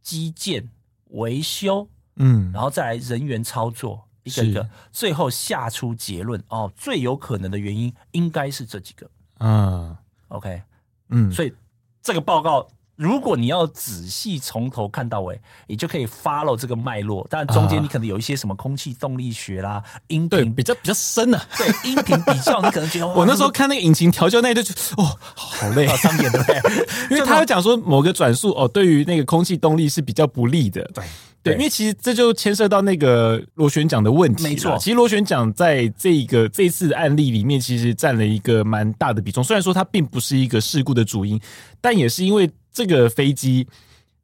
[SPEAKER 2] 基建、维修，
[SPEAKER 1] 嗯，
[SPEAKER 2] 然后再来人员操作，一个一个
[SPEAKER 1] 是，
[SPEAKER 2] 最后下出结论哦，最有可能的原因应该是这几个。
[SPEAKER 1] 啊，
[SPEAKER 2] OK，
[SPEAKER 1] 嗯，
[SPEAKER 2] 所以这个报告，如果你要仔细从头看到尾，你就可以 follow 这个脉络。但中间
[SPEAKER 1] 啊
[SPEAKER 2] 你可能有一些什么空气动力学啦、音
[SPEAKER 1] 对，
[SPEAKER 2] 频
[SPEAKER 1] 比较比较深啊。
[SPEAKER 2] 对音频比较，你可能觉 得哇
[SPEAKER 1] 我那时候看那个引擎调教那一段，就哦，好累
[SPEAKER 2] 好，伤眼，对不对？
[SPEAKER 1] 因为他有讲说某个转速哦，对于那个空气动力是比较不利的。
[SPEAKER 2] 对
[SPEAKER 1] 对，因为其实这就牵涉到那个螺旋桨的问题啦。
[SPEAKER 2] 没错
[SPEAKER 1] 其实螺旋桨在这个这次的案例里面，其实占了一个蛮大的比重。虽然说它并不是一个事故的主因，但也是因为这个飞机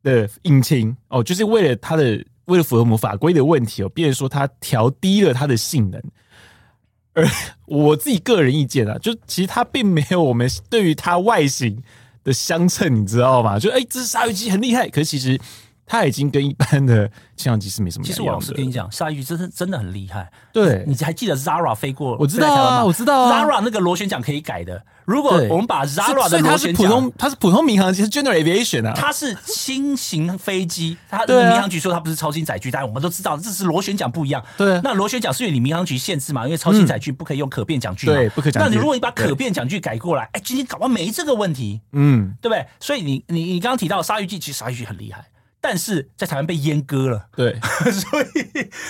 [SPEAKER 1] 的引擎哦，就是为了它的为了符合我们法规的问题哦，变成说它调低了它的性能。而我自己个人意见啊，就其实它并没有我们对于它外形的相称，你知道吗？就哎、这鲨鱼机很厉害，可是其实它已经跟一般的气象机是没什么
[SPEAKER 2] 其实
[SPEAKER 1] 两
[SPEAKER 2] 我老
[SPEAKER 1] 样
[SPEAKER 2] 实
[SPEAKER 1] 的
[SPEAKER 2] 跟你讲，鲨鱼真的真的很厉害。
[SPEAKER 1] 对
[SPEAKER 2] 你还记得 Zara 飞过？
[SPEAKER 1] 我知道啊，我知道啊
[SPEAKER 2] Zara 那个螺旋桨可以改的。如果
[SPEAKER 1] 对
[SPEAKER 2] 我们把
[SPEAKER 1] 所
[SPEAKER 2] Zara
[SPEAKER 1] 以
[SPEAKER 2] 的
[SPEAKER 1] 所以
[SPEAKER 2] 螺
[SPEAKER 1] 它是
[SPEAKER 2] 旋
[SPEAKER 1] 普
[SPEAKER 2] 桨，
[SPEAKER 1] 通，它是普通民航机，是 General Aviation 啊。
[SPEAKER 2] 它是轻型飞机，它
[SPEAKER 1] 对啊
[SPEAKER 2] 民航局说它不是超轻载具，但我们都知道这是螺旋桨不一样。
[SPEAKER 1] 对啊
[SPEAKER 2] 那螺旋桨是因为你民航局限制嘛，因为超轻载具不可以用可变桨具嘛。
[SPEAKER 1] 对不可讲
[SPEAKER 2] 那你
[SPEAKER 1] 具
[SPEAKER 2] 如果你把可
[SPEAKER 1] 对
[SPEAKER 2] 变桨具改过来，哎，今天搞不好没这个问题。
[SPEAKER 1] 嗯，
[SPEAKER 2] 对不对？所以你你你刚刚提到鲨鱼记，其实鲨鱼记很厉害，但是在台湾被阉割了，
[SPEAKER 1] 对
[SPEAKER 2] 所以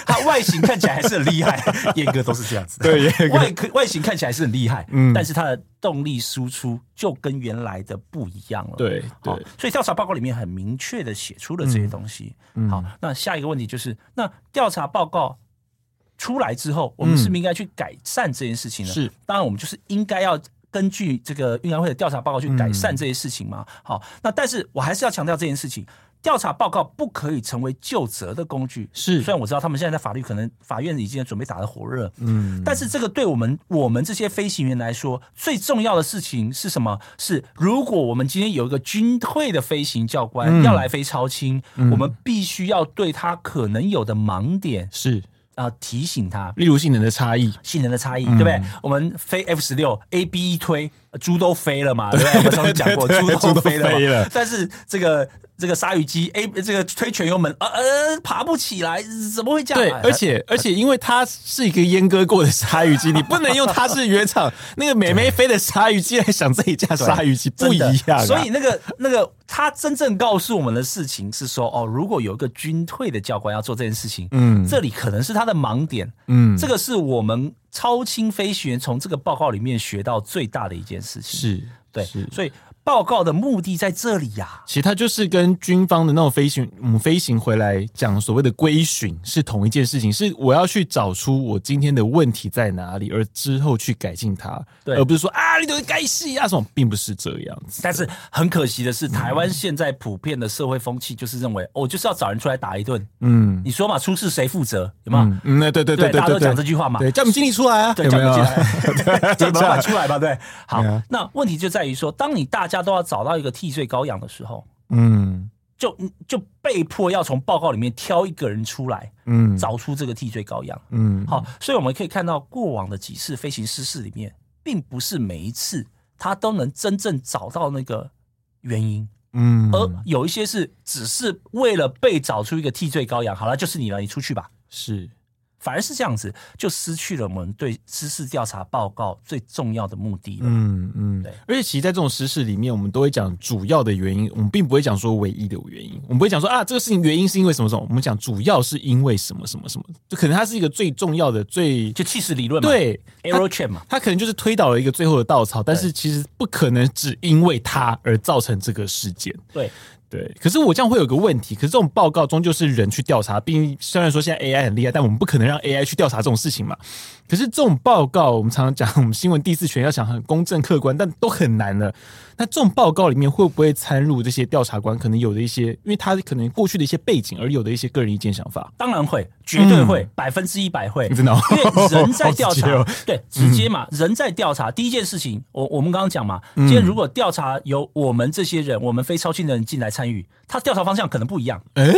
[SPEAKER 2] 它外形看起来还是很厉 害。阉割都是这样子，
[SPEAKER 1] 对阉割
[SPEAKER 2] 外壳外形看起来是很厉害，
[SPEAKER 1] 嗯
[SPEAKER 2] 但是它的动力输出就跟原来的不一样了。
[SPEAKER 1] 对
[SPEAKER 2] 好
[SPEAKER 1] 对，嗯
[SPEAKER 2] 所以调查报告里面很明确的写出了这些东西。好，那下一个问题就是，那调查报告出来之后，我们
[SPEAKER 1] 嗯
[SPEAKER 2] 是不是应该去改善这件事情呢？
[SPEAKER 1] 是，
[SPEAKER 2] 当然我们就是应该要。根据这个运安会的调查报告去改
[SPEAKER 1] 嗯
[SPEAKER 2] 善这些事情嘛？好，那但是我还是要强调这件事情，调查报告不可以成为就责的工具。
[SPEAKER 1] 是
[SPEAKER 2] 虽然我知道他们现在在法律可能法院已经准备打得火热，嗯，但是这个对我们我们这些飞行员来说，最重要的事情是什么？是如果我们今天有一个军队的飞行教官、
[SPEAKER 1] 嗯
[SPEAKER 2] 要来飞超轻，我们必须要对他可能有的盲点
[SPEAKER 1] 是，
[SPEAKER 2] 啊、提醒他。
[SPEAKER 1] 例如性能的差异，
[SPEAKER 2] 性能的差异，
[SPEAKER 1] 嗯
[SPEAKER 2] 对不对？我们飞 F 十六 A B 一推，呃猪都飞了嘛，对 不对？我们上次讲过，
[SPEAKER 1] 对对对
[SPEAKER 2] 猪都飞了嘛。
[SPEAKER 1] 猪都飞了
[SPEAKER 2] 但是这个这个鲨鱼机 A 这个推全油门，呃呃，爬不起来，怎么会这样？
[SPEAKER 1] 对，
[SPEAKER 2] 哎
[SPEAKER 1] 而且而且，因为它是一个阉割过的鲨鱼机，你不能用它是原厂那个美美飞的鲨鱼机来想这一架鲨鱼机不一样
[SPEAKER 2] 真
[SPEAKER 1] 啊，
[SPEAKER 2] 的所以那个那个，他真正告诉我们的事情是说，哦，如果有一个军退的教官要做这件事情，
[SPEAKER 1] 嗯
[SPEAKER 2] 这里可能是他的盲点，
[SPEAKER 1] 嗯
[SPEAKER 2] 这个是我们超轻飞行员从这个报告里面学到最大的一件事情。
[SPEAKER 1] 是
[SPEAKER 2] 对
[SPEAKER 1] 是，
[SPEAKER 2] 所以报告的目的在这里呀、
[SPEAKER 1] 其实它就是跟军方的那种飞行，嗯，飞行回来讲所谓的归巡是同一件事情，是我要去找出我今天的问题在哪里，而之后去改进它，
[SPEAKER 2] 对
[SPEAKER 1] 而不是说啊，你都是该戏啊，这种并不是这样子。
[SPEAKER 2] 但是很可惜的是，台湾现在普遍的社会风气就是认为，我、哦、就是要找人出来打一顿。
[SPEAKER 1] 嗯
[SPEAKER 2] 你说嘛，出事谁负责？有没有？
[SPEAKER 1] 嗯嗯，对对对
[SPEAKER 2] 对
[SPEAKER 1] 对
[SPEAKER 2] 大家都
[SPEAKER 1] 对，
[SPEAKER 2] 讲这句话嘛
[SPEAKER 1] 对，叫你们经理出来啊，
[SPEAKER 2] 对，
[SPEAKER 1] 有
[SPEAKER 2] 讲
[SPEAKER 1] 没
[SPEAKER 2] 不进
[SPEAKER 1] 有？
[SPEAKER 2] 来，讲老板出来吧，对。好
[SPEAKER 1] 对啊，
[SPEAKER 2] 那问题就在于说，当你大家都要找到一个替罪羔羊的时候，
[SPEAKER 1] 嗯
[SPEAKER 2] 就就被迫要从报告里面挑一个人出来，
[SPEAKER 1] 嗯
[SPEAKER 2] 找出这个替罪羔羊。
[SPEAKER 1] 嗯，
[SPEAKER 2] 好，所以我们可以看到，过往的几次飞行失事里面，并不是每一次他都能真正找到那个原因，
[SPEAKER 1] 嗯，
[SPEAKER 2] 而有一些是只是为了被找出一个替罪羔羊。好了，就是你了，你出去吧。
[SPEAKER 1] 是
[SPEAKER 2] 反而是这样子，就失去了我们对知识调查报告最重要的目的了。
[SPEAKER 1] 嗯嗯
[SPEAKER 2] 对，
[SPEAKER 1] 而且其实，在这种时事里面，我们都会讲主要的原因，我们并不会讲说唯一的原因，我们不会讲说啊，这个事情原因是因为什么什么，我们讲主要是因为什么什么什么，就可能它是一个最重要的最
[SPEAKER 2] 就气势理论嘛，
[SPEAKER 1] 对它
[SPEAKER 2] ，arrow chain 嘛，
[SPEAKER 1] 它可能就是推倒了一个最后的稻草，但是其实不可能只因为它而造成这个事件。
[SPEAKER 2] 对，
[SPEAKER 1] 对，可是我这样会有个问题，可是这种报告终究是人去调查，毕竟虽然说现在 AI 很厉害，但我们不可能让 AI 去调查这种事情嘛。可是这种报告，我们常常讲，我们新闻第四权要想很公正客观，但都很难了。那这种报告里面会不会掺入这些调查官可能有的一些，因为他可能过去的一些背景而有的一些个人意见想法？
[SPEAKER 2] 当然会，绝对会，百分之一百会，
[SPEAKER 1] 嗯 真的哦
[SPEAKER 2] 因为人 在调
[SPEAKER 1] 好直接
[SPEAKER 2] 查
[SPEAKER 1] 哦，
[SPEAKER 2] 对，直接嘛，人在调查。第一件事情，我我们刚刚讲嘛，
[SPEAKER 1] 嗯
[SPEAKER 2] 今天如果调查由我们这些人，我们非超性的人进来参与，他调查方向可能不一样，
[SPEAKER 1] 哎，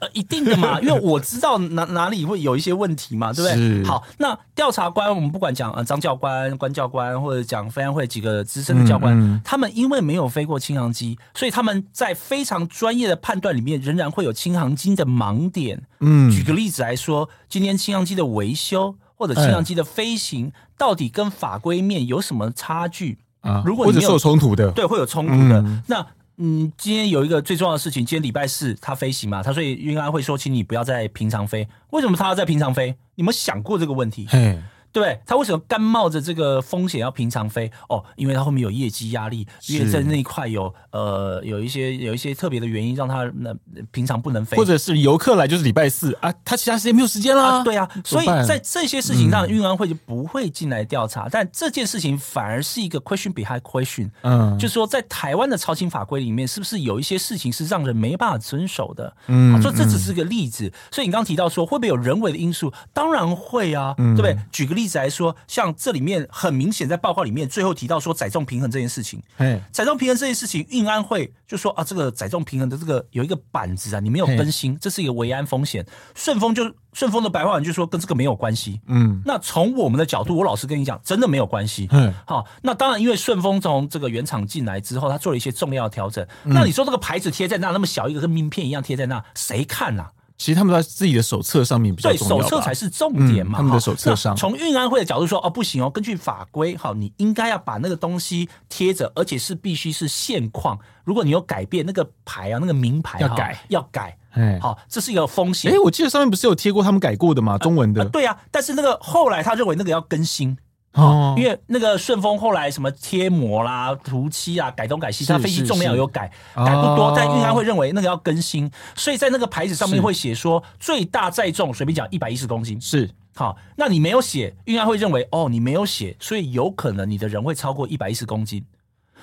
[SPEAKER 2] 呃，一定的 嘛，因为我知道哪哪里会有一些问题嘛，对不对？
[SPEAKER 1] 是
[SPEAKER 2] 好，那调查官，我们不管讲呃张教官、关教官，或者讲飞安会几个资深的教官，
[SPEAKER 1] 嗯
[SPEAKER 2] 他们因为没有飞过轻航机，所以他们在非常专业的判断里面，仍然会有轻航机的盲点。
[SPEAKER 1] 嗯
[SPEAKER 2] 举个例子来说，今天轻航机的维修或者轻航机的飞行，
[SPEAKER 1] 哎
[SPEAKER 2] 到底跟法规面有什么差距？
[SPEAKER 1] 啊，
[SPEAKER 2] 如果
[SPEAKER 1] 或
[SPEAKER 2] 你
[SPEAKER 1] 者
[SPEAKER 2] 没有
[SPEAKER 1] 是有冲突的，
[SPEAKER 2] 对，会有冲突的。
[SPEAKER 1] 嗯
[SPEAKER 2] 那嗯，今天有一个最重要的事情，今天礼拜四他飞行嘛，他所以运安会说，请你不要在平常飞。为什么他要在平常飞？你有没有想过这个问题？
[SPEAKER 1] 嘿，
[SPEAKER 2] 对他为什么干冒着这个风险要平常飞？哦，因为他后面有业绩压力，
[SPEAKER 1] 是
[SPEAKER 2] 因为在那一块有呃有一些有一些特别的原因让他那、平常不能飞，
[SPEAKER 1] 或者是游客来就是礼拜四啊，他其他时间没有时间啦、
[SPEAKER 2] 啊，对啊，
[SPEAKER 1] 怎
[SPEAKER 2] 所
[SPEAKER 1] 么
[SPEAKER 2] 以
[SPEAKER 1] 办嗯
[SPEAKER 2] 在这些事情上，运安会就不会进来调查，但这件事情反而是一个 question behind question，
[SPEAKER 1] 嗯，
[SPEAKER 2] 就是说在台湾的超轻法规里面，是不是有一些事情是让人没办法遵守的？
[SPEAKER 1] 嗯
[SPEAKER 2] 好所以这只是个例子。所以你刚刚提到说会不会有人为的因素？当然会啊，对不对？
[SPEAKER 1] 嗯
[SPEAKER 2] 举个例子来说，像这里面很明显在报告里面最后提到说载重平衡这件事情，
[SPEAKER 1] 嘿，
[SPEAKER 2] 载重平衡这件事情，运安会就说啊，这个载重平衡的这个有一个板子啊，你没有更新，这是一个维安风险。顺丰就顺丰的白话文就说跟这个没有关系。
[SPEAKER 1] 嗯，
[SPEAKER 2] 那从我们的角度，我老实跟你讲，真的没有关系。
[SPEAKER 1] 嘿，
[SPEAKER 2] 好，那当然，因为顺丰从这个原厂进来之后，他做了一些重要的调整。
[SPEAKER 1] 嗯
[SPEAKER 2] 那你说这个牌子贴在那那么小一个，跟名片一样贴在那，谁看呐、
[SPEAKER 1] 其实他们在自己的手册上面比较
[SPEAKER 2] 对，
[SPEAKER 1] 重要吧，
[SPEAKER 2] 手册才是重点
[SPEAKER 1] 嗯
[SPEAKER 2] 嘛。
[SPEAKER 1] 他们的
[SPEAKER 2] 哈
[SPEAKER 1] 手册上
[SPEAKER 2] 那从运安会的角度说，哦，不行哦，根据法规，好，你应该要把那个东西贴着，而且是必须是现况。如果你有改变那个牌啊，那个名牌
[SPEAKER 1] 要
[SPEAKER 2] 哈
[SPEAKER 1] 改
[SPEAKER 2] 要改。
[SPEAKER 1] 嘿，
[SPEAKER 2] 好，这是一个风险
[SPEAKER 1] 哎、。我记得上面不是有贴过他们改过的吗？中文的、
[SPEAKER 2] 啊对啊，但是那个后来他认为那个要更新，
[SPEAKER 1] 哦，
[SPEAKER 2] 因为那个顺丰后来什么贴膜啦、涂漆啊、改东改西，
[SPEAKER 1] 是
[SPEAKER 2] 它飞机重量有改，改不
[SPEAKER 1] 哦
[SPEAKER 2] 多，但运安会认为那个要更新，所以在那个牌子上
[SPEAKER 1] 是
[SPEAKER 2] 面会写说最大载重，随便讲一百一十公斤。
[SPEAKER 1] 是
[SPEAKER 2] 好，那你没有写，运安会认为哦，你没有写，所以有可能你的人会超过一百一十公斤。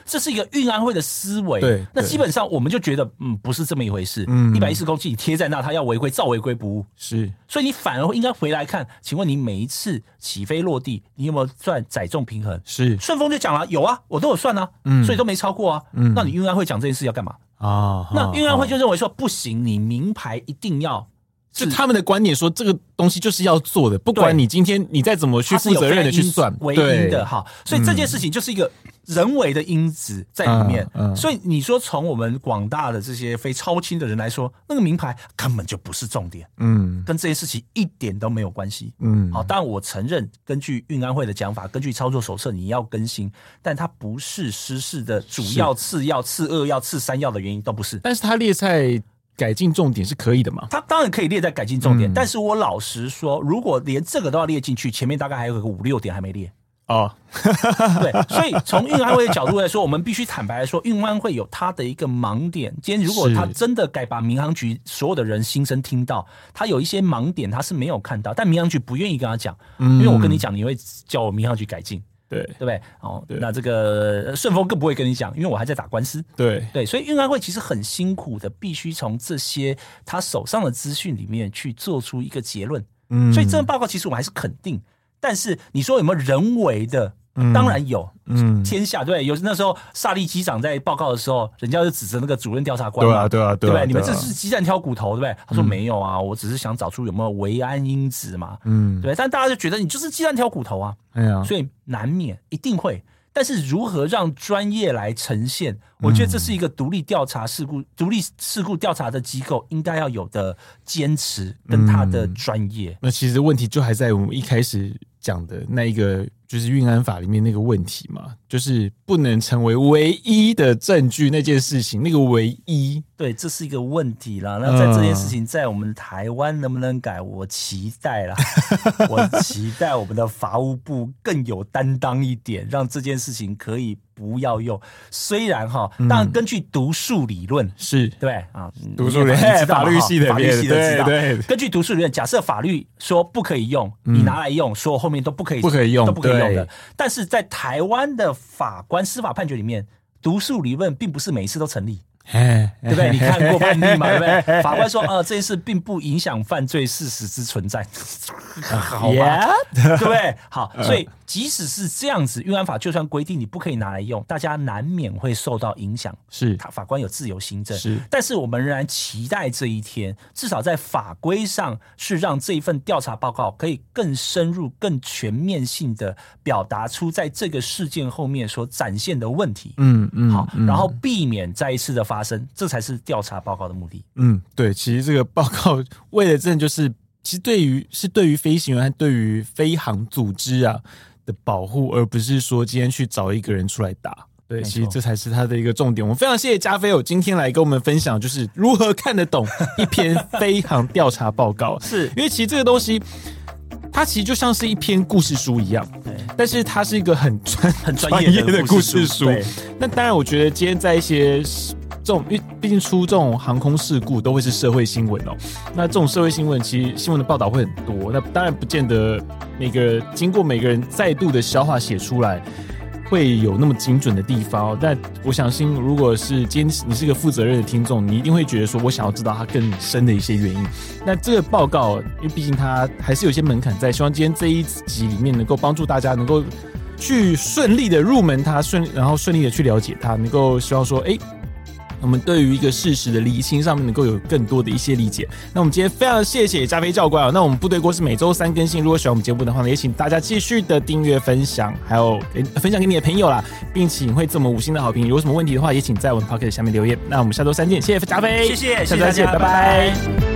[SPEAKER 2] 这是一个运安会的思维，
[SPEAKER 1] 对
[SPEAKER 2] 那
[SPEAKER 1] 对
[SPEAKER 2] 基本上我们就觉得，嗯，不是这么一回事。
[SPEAKER 1] 嗯
[SPEAKER 2] 一百一十公斤你贴在那，他要违规，照违规不误。
[SPEAKER 1] 是，
[SPEAKER 2] 所以你反而应该回来看，请问你每一次起飞落地，你有没有算载重平衡？
[SPEAKER 1] 是
[SPEAKER 2] 顺丰就讲了，有啊，我都有算啊，
[SPEAKER 1] 嗯
[SPEAKER 2] 所以都没超过啊。
[SPEAKER 1] 嗯
[SPEAKER 2] 那你运安会讲这件事要干嘛？
[SPEAKER 1] 啊，
[SPEAKER 2] 那运安会
[SPEAKER 1] 哦
[SPEAKER 2] 就认为说不行，你名牌一定要
[SPEAKER 1] 是他们的观点说这个东西就是要做的，不管你今天你再怎么去
[SPEAKER 2] 它是
[SPEAKER 1] 负
[SPEAKER 2] 有
[SPEAKER 1] 责任的去
[SPEAKER 2] 非常因
[SPEAKER 1] 算，
[SPEAKER 2] 唯
[SPEAKER 1] 对嗯
[SPEAKER 2] 一的哈。所以这件事情就是一个人为的因子在里面。
[SPEAKER 1] 嗯嗯
[SPEAKER 2] 所以你说从我们广大的这些非超轻的人来说，那个名牌根本就不是重点，
[SPEAKER 1] 嗯
[SPEAKER 2] 跟这件事情一点都没有关系。
[SPEAKER 1] 嗯，
[SPEAKER 2] 好，当然我承认，根据运安会的讲法，根据操作手册你要更新，但它不是失事的主要、次要、次二要、次三要的原因，都不是。
[SPEAKER 1] 但是他列菜改进重点是可以的嘛？
[SPEAKER 2] 它当然可以列在改进重点，
[SPEAKER 1] 嗯
[SPEAKER 2] 但是我老实说，如果连这个都要列进去，前面大概还有个五六点还没 列。
[SPEAKER 1] 哦，
[SPEAKER 2] 对，所以从运安会的角度来说，我们必须坦白来说，运安会有它的一个盲点。今天如果
[SPEAKER 1] 是
[SPEAKER 2] 他真的该把民航局所有的人心声听到，他有一些盲点他是没有看到，但民航局不愿意跟他讲，因为我跟你讲，你会叫我民航局改进。
[SPEAKER 1] 嗯对
[SPEAKER 2] 对不对？哦，
[SPEAKER 1] 对
[SPEAKER 2] 那这个呃顺丰更不会跟你讲，因为我还在打官司。
[SPEAKER 1] 对，
[SPEAKER 2] 对，所以运安会其实很辛苦的，必须从这些他手上的资讯里面去做出一个结论。
[SPEAKER 1] 嗯
[SPEAKER 2] 所以这份报告其实我们还是肯定，但是你说有没有人为的？当然有，
[SPEAKER 1] 嗯，
[SPEAKER 2] 天下对，有那时候萨利机长在报告的时候，人家就指着那个主任调查官
[SPEAKER 1] 对
[SPEAKER 2] 嘛，
[SPEAKER 1] 啊对啊
[SPEAKER 2] 对
[SPEAKER 1] 啊
[SPEAKER 2] 不
[SPEAKER 1] 对啊，
[SPEAKER 2] 你们这是鸡蛋挑骨头，对不对？他说没有啊，我只是想找出有没有维安因子嘛，
[SPEAKER 1] 嗯，
[SPEAKER 2] 对，但大家就觉得你就是鸡蛋挑骨头啊，
[SPEAKER 1] 哎呀，
[SPEAKER 2] 所以难免一定会。但是如何让专业来呈现，
[SPEAKER 1] 嗯
[SPEAKER 2] 我觉得这是一个独立调查事故、独立事故调查的机构应该要有的坚持跟他的专业。
[SPEAKER 1] 那其实问题就还在我们一开始讲的那一个，就是运安法里面那个问题嘛，就是不能成为唯一的证据那件事情，那个唯一，
[SPEAKER 2] 对，这是一个问题
[SPEAKER 1] 嗯
[SPEAKER 2] 啦。那在这件事情在我们台湾能不能改，我期 待啦，我期待我们的法务部更有担当一点，让这件事情可以不要用。虽然哈，
[SPEAKER 1] 嗯
[SPEAKER 2] 当然根据读数理论，
[SPEAKER 1] 是
[SPEAKER 2] 对啊，嗯
[SPEAKER 1] 读书人
[SPEAKER 2] 你也反正知 道
[SPEAKER 1] 法
[SPEAKER 2] 嘛
[SPEAKER 1] 律系的
[SPEAKER 2] 哈法律系
[SPEAKER 1] 对
[SPEAKER 2] 的知道。
[SPEAKER 1] 对
[SPEAKER 2] 根据读书人，假设法律说不可以用，你拿来用，说后面都不可以，
[SPEAKER 1] 嗯不可以用
[SPEAKER 2] 都不可以用的
[SPEAKER 1] 对。
[SPEAKER 2] 但是在台湾的法官司法判决里面，读书理论并不是每一次都成 立，
[SPEAKER 1] 哎，
[SPEAKER 2] 对不对？你看过判例嘛？对不对？法官说，呃，这件事并不影响犯罪事实之存在， 好吧？对不对？ 好，
[SPEAKER 1] 嗯
[SPEAKER 2] 所以即使是这样子，运安法就算规定你不可以拿来用，大家难免会受到影响。
[SPEAKER 1] 是
[SPEAKER 2] 他法官有自由行政，
[SPEAKER 1] 是
[SPEAKER 2] 但是我们仍然期待这一天，至少在法规上是让这一份调查报告可以更深入、更全面性的表达出在这个事件后面所展现的问题。
[SPEAKER 1] 嗯嗯，
[SPEAKER 2] 好，
[SPEAKER 1] 嗯
[SPEAKER 2] 然后避免再一次的发生，这才是调查报告的目的。
[SPEAKER 1] 嗯，对，其实这个报告为了证就是，其实对于是对于飞行员和对于飞航组织啊的保护，而不是说今天去找一个人出来打。对，
[SPEAKER 2] 没错
[SPEAKER 1] 其实这才是他的一个重点。我们非常谢谢加菲有哦今天来跟我们分享，就是如 何看得懂一篇飞航调查报告，
[SPEAKER 2] 是
[SPEAKER 1] 因为其实这个东西。它其实就像是一篇故事书一样，
[SPEAKER 2] 对
[SPEAKER 1] 但是它是一个很专
[SPEAKER 2] 很专业的
[SPEAKER 1] 的
[SPEAKER 2] 故
[SPEAKER 1] 事
[SPEAKER 2] 事
[SPEAKER 1] 书
[SPEAKER 2] 书对。
[SPEAKER 1] 那当然，我觉得今天在一些这种，因为毕竟出这种航空事故都会是社会新闻哦。那这种社会新闻，其实新闻的报道会很多。那当然，不见得每个人经过每个人再度的消化写出来。会有那么精准的地方哦、但我相信，如果是今天你是一个负责任的听众，你一定会觉得说，我想要知道它更深的一些原因。那这个报告，因为毕竟它还是有一些门槛在，希望今天这一集里面能够帮助大家能够去顺利的入门它，顺然后顺利的去了解它，能够希望说，哎、我们对于一个事实的厘清上面能够有更多的一些理解。那我们今天非常谢谢加菲教官啊、那我们部队锅是每周三更新，如果喜欢我们节目的话呢，也请大家继续的订阅、分享，还有、诶分享给你的朋友啦，并请会这么五星的好评。如果有什么问题的话，也请在我们 p o c k e t 下面留言。那我们下周三见，谢谢加菲，
[SPEAKER 2] 谢谢，
[SPEAKER 1] 下周
[SPEAKER 2] 谢谢大
[SPEAKER 1] 再见，
[SPEAKER 2] 家，
[SPEAKER 1] 拜拜
[SPEAKER 2] 拜